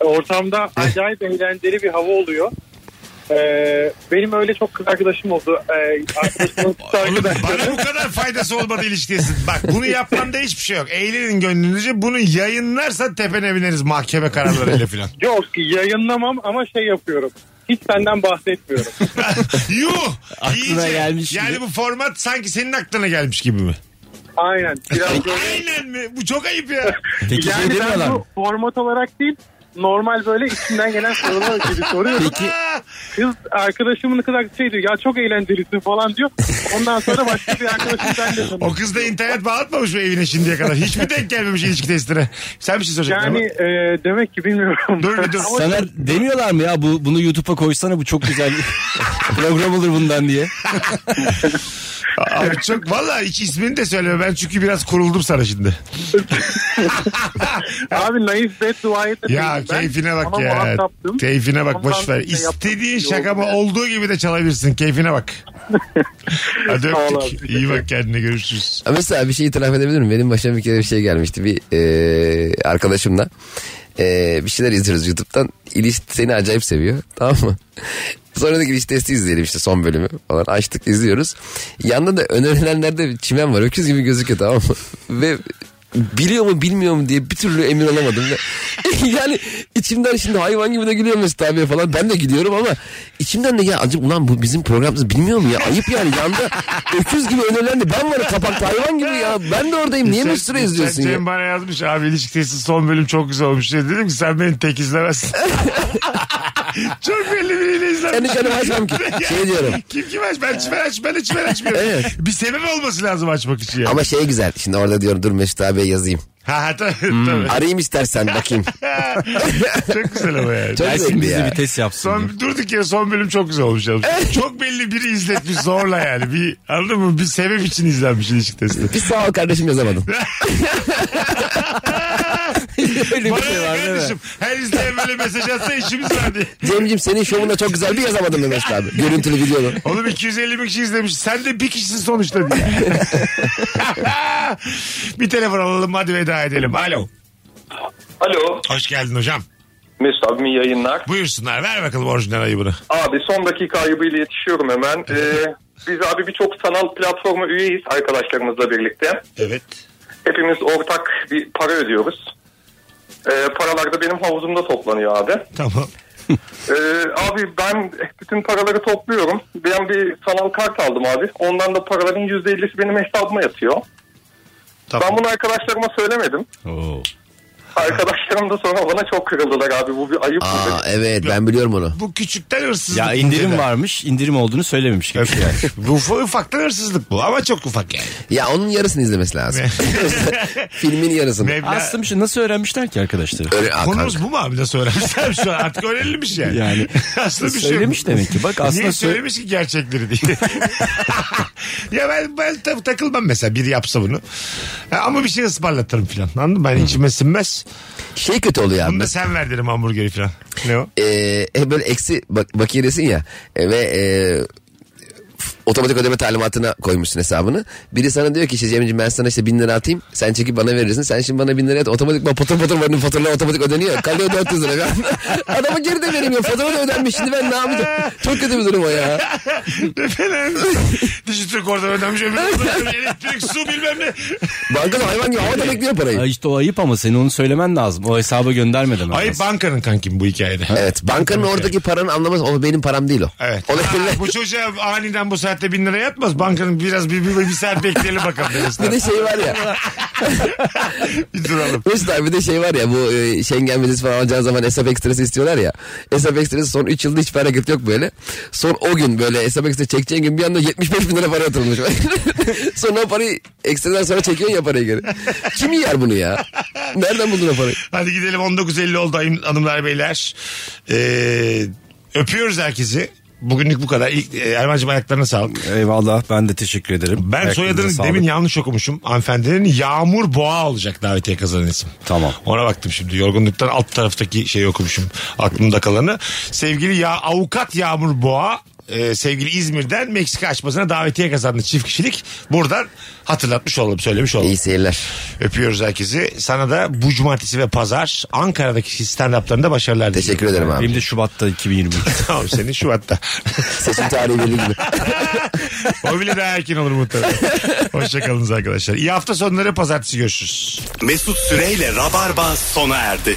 S5: Ortamda
S1: Eh.
S5: acayip eğlenceli bir hava oluyor. Ee, benim öyle çok kız arkadaşım oldu. Ee, arkadaşımın kız
S1: Oğlum,
S5: arkadaşları.
S1: bana bu kadar faydası olmadı ilişkisi. Bak bunu yapmanda hiçbir şey yok. Eğlenin gönlünüzce. Bunu yayınlarsan tepene bineriz mahkeme kararlarıyla filan.
S5: Yok yayınlamam ama şey yapıyorum. Hiç senden bahsetmiyorum.
S1: Yuh!
S3: Aklına
S1: iyice.
S3: gelmiş
S1: Yani
S3: gibi.
S1: bu format sanki senin aklına gelmiş gibi mi?
S5: Aynen. Biraz böyle-
S1: Aynen mi? Bu çok ayıp ya.
S3: Peki şey
S5: yani ben
S3: demiyorlar mı?
S5: bu format olarak değil normal böyle içinden gelen sorular gibi soruyorum. Kız arkadaşımın kız arkadaşı şey diyor ya çok eğlencelisin falan diyor. Ondan sonra başka bir arkadaşım ben de
S1: O
S5: tanıyorum.
S1: kız da internet bağlatmamış mı evine şimdiye kadar? Hiç mi denk gelmemiş ilişki testine? Sen bir şey soracaktın
S5: Yani
S1: ama.
S5: e, demek ki bilmiyorum.
S1: Dur bir dur.
S5: Ama
S3: Sana demiyorlar mı ya bu bunu YouTube'a koysana bu çok güzel program olur bundan diye.
S1: Abi çok valla hiç ismini de söyleme. Ben çünkü biraz kuruldum sana şimdi.
S5: abi naif beddua etmedim.
S1: Ya keyfine bak
S5: Ama
S1: ya.
S5: muhataptım.
S1: Keyfine bak
S5: Ondan
S1: boş ver.
S5: şey yaptım.
S1: İstediğin şakama olduğu gibi de çalabilirsin. Keyfine bak. Hadi öptük. İyi bak kendine görüşürüz.
S2: Ha, Mesela bir şey itiraf edebilir miyim? Benim başıma bir kere bir şey gelmişti. Bir e, arkadaşımla e, bir şeyler izliyoruz YouTube'dan. İliş seni acayip seviyor. Tamam mı? Sonra da giriş testi izleyelim işte son bölümü falan. Açtık izliyoruz. Yanında da önerilenlerde bir çimen var. Öküz gibi gözüküyor tamam mı? Ve biliyor mu bilmiyor mu diye bir türlü emin olamadım. Ve yani içimden şimdi hayvan gibi de gülüyor Mesut abiye falan. Ben de gülüyorum ama içimden de ya acaba ulan bu bizim programımız bilmiyor mu ya? Ayıp yani yanda öküz gibi önerilen de ben varım kapakta hayvan gibi ya. Ben de oradayım. Niye
S1: Sen-
S2: Mesut'u izliyorsun
S1: sen
S2: ya?
S1: Cem bana yazmış abi ilişkisi son bölüm çok güzel olmuş diye. Dedim ki sen beni tek izlemezsin. çok belli biriyle izlemiş.
S2: Ben hiç öyle açmam ki. Şey diyorum.
S1: Kim kim aç? Ben çimen aç. Ben de çimen açmıyorum.
S2: Evet.
S1: Bir sebep olması lazım açmak için. Yani.
S2: Ama şey güzel. Şimdi orada diyorum dur Mesut abiye yazayım. Hmm.
S1: Ha, ha tabii. tabii.
S2: Arayayım istersen bakayım.
S1: çok güzel ama yani.
S2: Çok
S3: Gelsin
S2: zevkli
S3: bizi
S2: ya.
S3: bir test yapsın. diye.
S1: Son, durduk yere son bölüm çok güzel olmuş. yalnız. çok belli biri izletmiş zorla yani. Bir, anladın mı? Bir sebep için izlenmiş ilişki testi.
S2: Bir sağ ol kardeşim yazamadım. Öyle şey
S1: Bana ne kardeşim? Her izleyen böyle mesaj atsa işimiz var diye.
S2: Cem'cim senin şovunda çok güzel bir yazamadım Mesut abi. Görüntülü videolu.
S1: Oğlum 250 bin kişi izlemiş. Sen de bir kişisin sonuçta diye. bir telefon alalım hadi veda edelim. Alo.
S4: Alo
S1: Hoş geldin hocam.
S4: Mesut abim iyi yayınlar.
S1: Buyursunlar ver bakalım orijinal ayıbını.
S4: Abi son dakika ayıbıyla yetişiyorum hemen. Ee, biz abi birçok sanal platforma üyeyiz arkadaşlarımızla birlikte.
S1: Evet.
S4: Hepimiz ortak bir para ödüyoruz. Ee, paralar da benim havuzumda toplanıyor abi.
S1: Tamam.
S4: Ee, abi ben bütün paraları topluyorum. Ben bir sanal kart aldım abi. Ondan da paraların %50'si benim hesabıma yatıyor. Ben
S1: Tamam.
S4: bunu arkadaşlarıma söylemedim.
S3: Oo.
S4: Arkadaşlarım da sonra bana çok kırıldılar abi. Bu bir ayıp. dedi.
S2: Aa evet ben biliyorum onu.
S1: Bu küçükten hırsızlık.
S3: e- Ya
S1: bu
S3: indirim
S1: dede.
S3: varmış. indirim olduğunu söylememiş gibi.
S1: Öf yani. bu ufa- ufaktan hırsızlık bu ama çok ufak yani.
S2: Ya onun yarısını izlemesi lazım. Filmin yarısını.
S1: Meblağ-
S3: Aslında şu nasıl öğrenmişler ki arkadaşları?
S2: Öyle, aa,
S1: Konumuz
S2: kanka.
S1: bu mu abi nasıl öğrenmişler şu an? Artık öğrenilmiş yani.
S3: Yani.
S1: aslında bir şey yok.
S3: Söylemiş demek ki. Bak aslında
S1: Niye
S3: sö-
S1: söylemiş ki gerçekleri diye. ya ben, ben tabii takılmam mesela biri yapsa bunu. Ya Ama bir şey ısmarlatırım falan. Anladın mı? Ben içime sinmez.
S2: Şey kötü oluyor abi.
S1: Bunu da sen ver derim hamburgeri falan. Ne o?
S2: Ee, e, böyle eksi bak, bakiyesin ya E, ve e, f- otomatik ödeme talimatına koymuşsun hesabını. Biri sana diyor ki işte Cemciğim ben sana işte bin lira atayım. Sen çekip bana verirsin. Sen şimdi bana bin lira at. Otomatik bak patır patır bana faturalar otomatik ödeniyor. Kalıyor 400 lira. Adama geri de veremiyor. Fatura da ödenmiş. Şimdi ben ne yapacağım? Çok kötü bir durum o ya.
S1: Ne falan. Dijitürk oradan ödemiş öbür oradan ödemiş. Elektrik, su bilmem ne.
S2: Bankada hayvan gibi havada bekliyor parayı.
S3: Ay işte o ayıp ama senin onu söylemen lazım. O hesaba göndermeden
S1: Ay
S3: lazım.
S1: bankanın kankim bu hikayede.
S2: Evet bankanın oradaki paranın anlaması o benim param değil o.
S1: Evet.
S2: O da-
S1: Aa, bu çocuğa aniden bu saatte bin lira yatmaz. Bankanın biraz bir, bir, bir saat bekleyelim bakalım.
S2: bir de şey var ya.
S1: Bir duralım.
S2: Mesut abi bir de şey var ya bu e, Schengen vizesi falan alacağın zaman hesap ekstresi istiyorlar ya. Hesap ekstresi son 3 yılda hiçbir hareket yok böyle. Son o gün böyle hesap ekstresi çekeceğin gün bir anda 75 bin lira para atılmış. sonra o parayı ekstradan sonra çekiyorsun ya parayı geri. Kim yer bunu ya? Nereden buldun o parayı?
S1: Hadi gidelim 19.50 oldu hanım- hanımlar beyler. Ee, öpüyoruz herkesi. Bugünlük bu kadar. İlk, e, Erman'cığım ayaklarına sağlık.
S3: Eyvallah ben de teşekkür ederim.
S1: Ben
S3: Ayaklarınıza
S1: soyadını
S3: sağlık.
S1: demin yanlış okumuşum. Hanımefendinin Yağmur Boğa olacak davetiye kazanan isim.
S3: Tamam.
S1: Ona baktım şimdi. Yorgunluktan alt taraftaki şeyi okumuşum. Aklımda kalanı. Sevgili ya avukat Yağmur Boğa e, sevgili İzmir'den Meksika açmasına davetiye kazandı çift kişilik. Buradan hatırlatmış olalım, söylemiş olalım.
S2: İyi seyirler.
S1: Öpüyoruz herkesi. Sana da bu cumartesi ve pazar Ankara'daki stand-up'larında başarılar diliyorum.
S2: Teşekkür ederim abi.
S3: Benim de Şubat'ta 2023.
S1: Tamam senin Şubat'ta.
S2: Seçim tarihi belli gibi.
S1: o bile daha erken olur muhtemelen. Hoşçakalınız arkadaşlar. İyi hafta sonları pazartesi görüşürüz.
S8: Mesut Süreyle Rabarba sona erdi.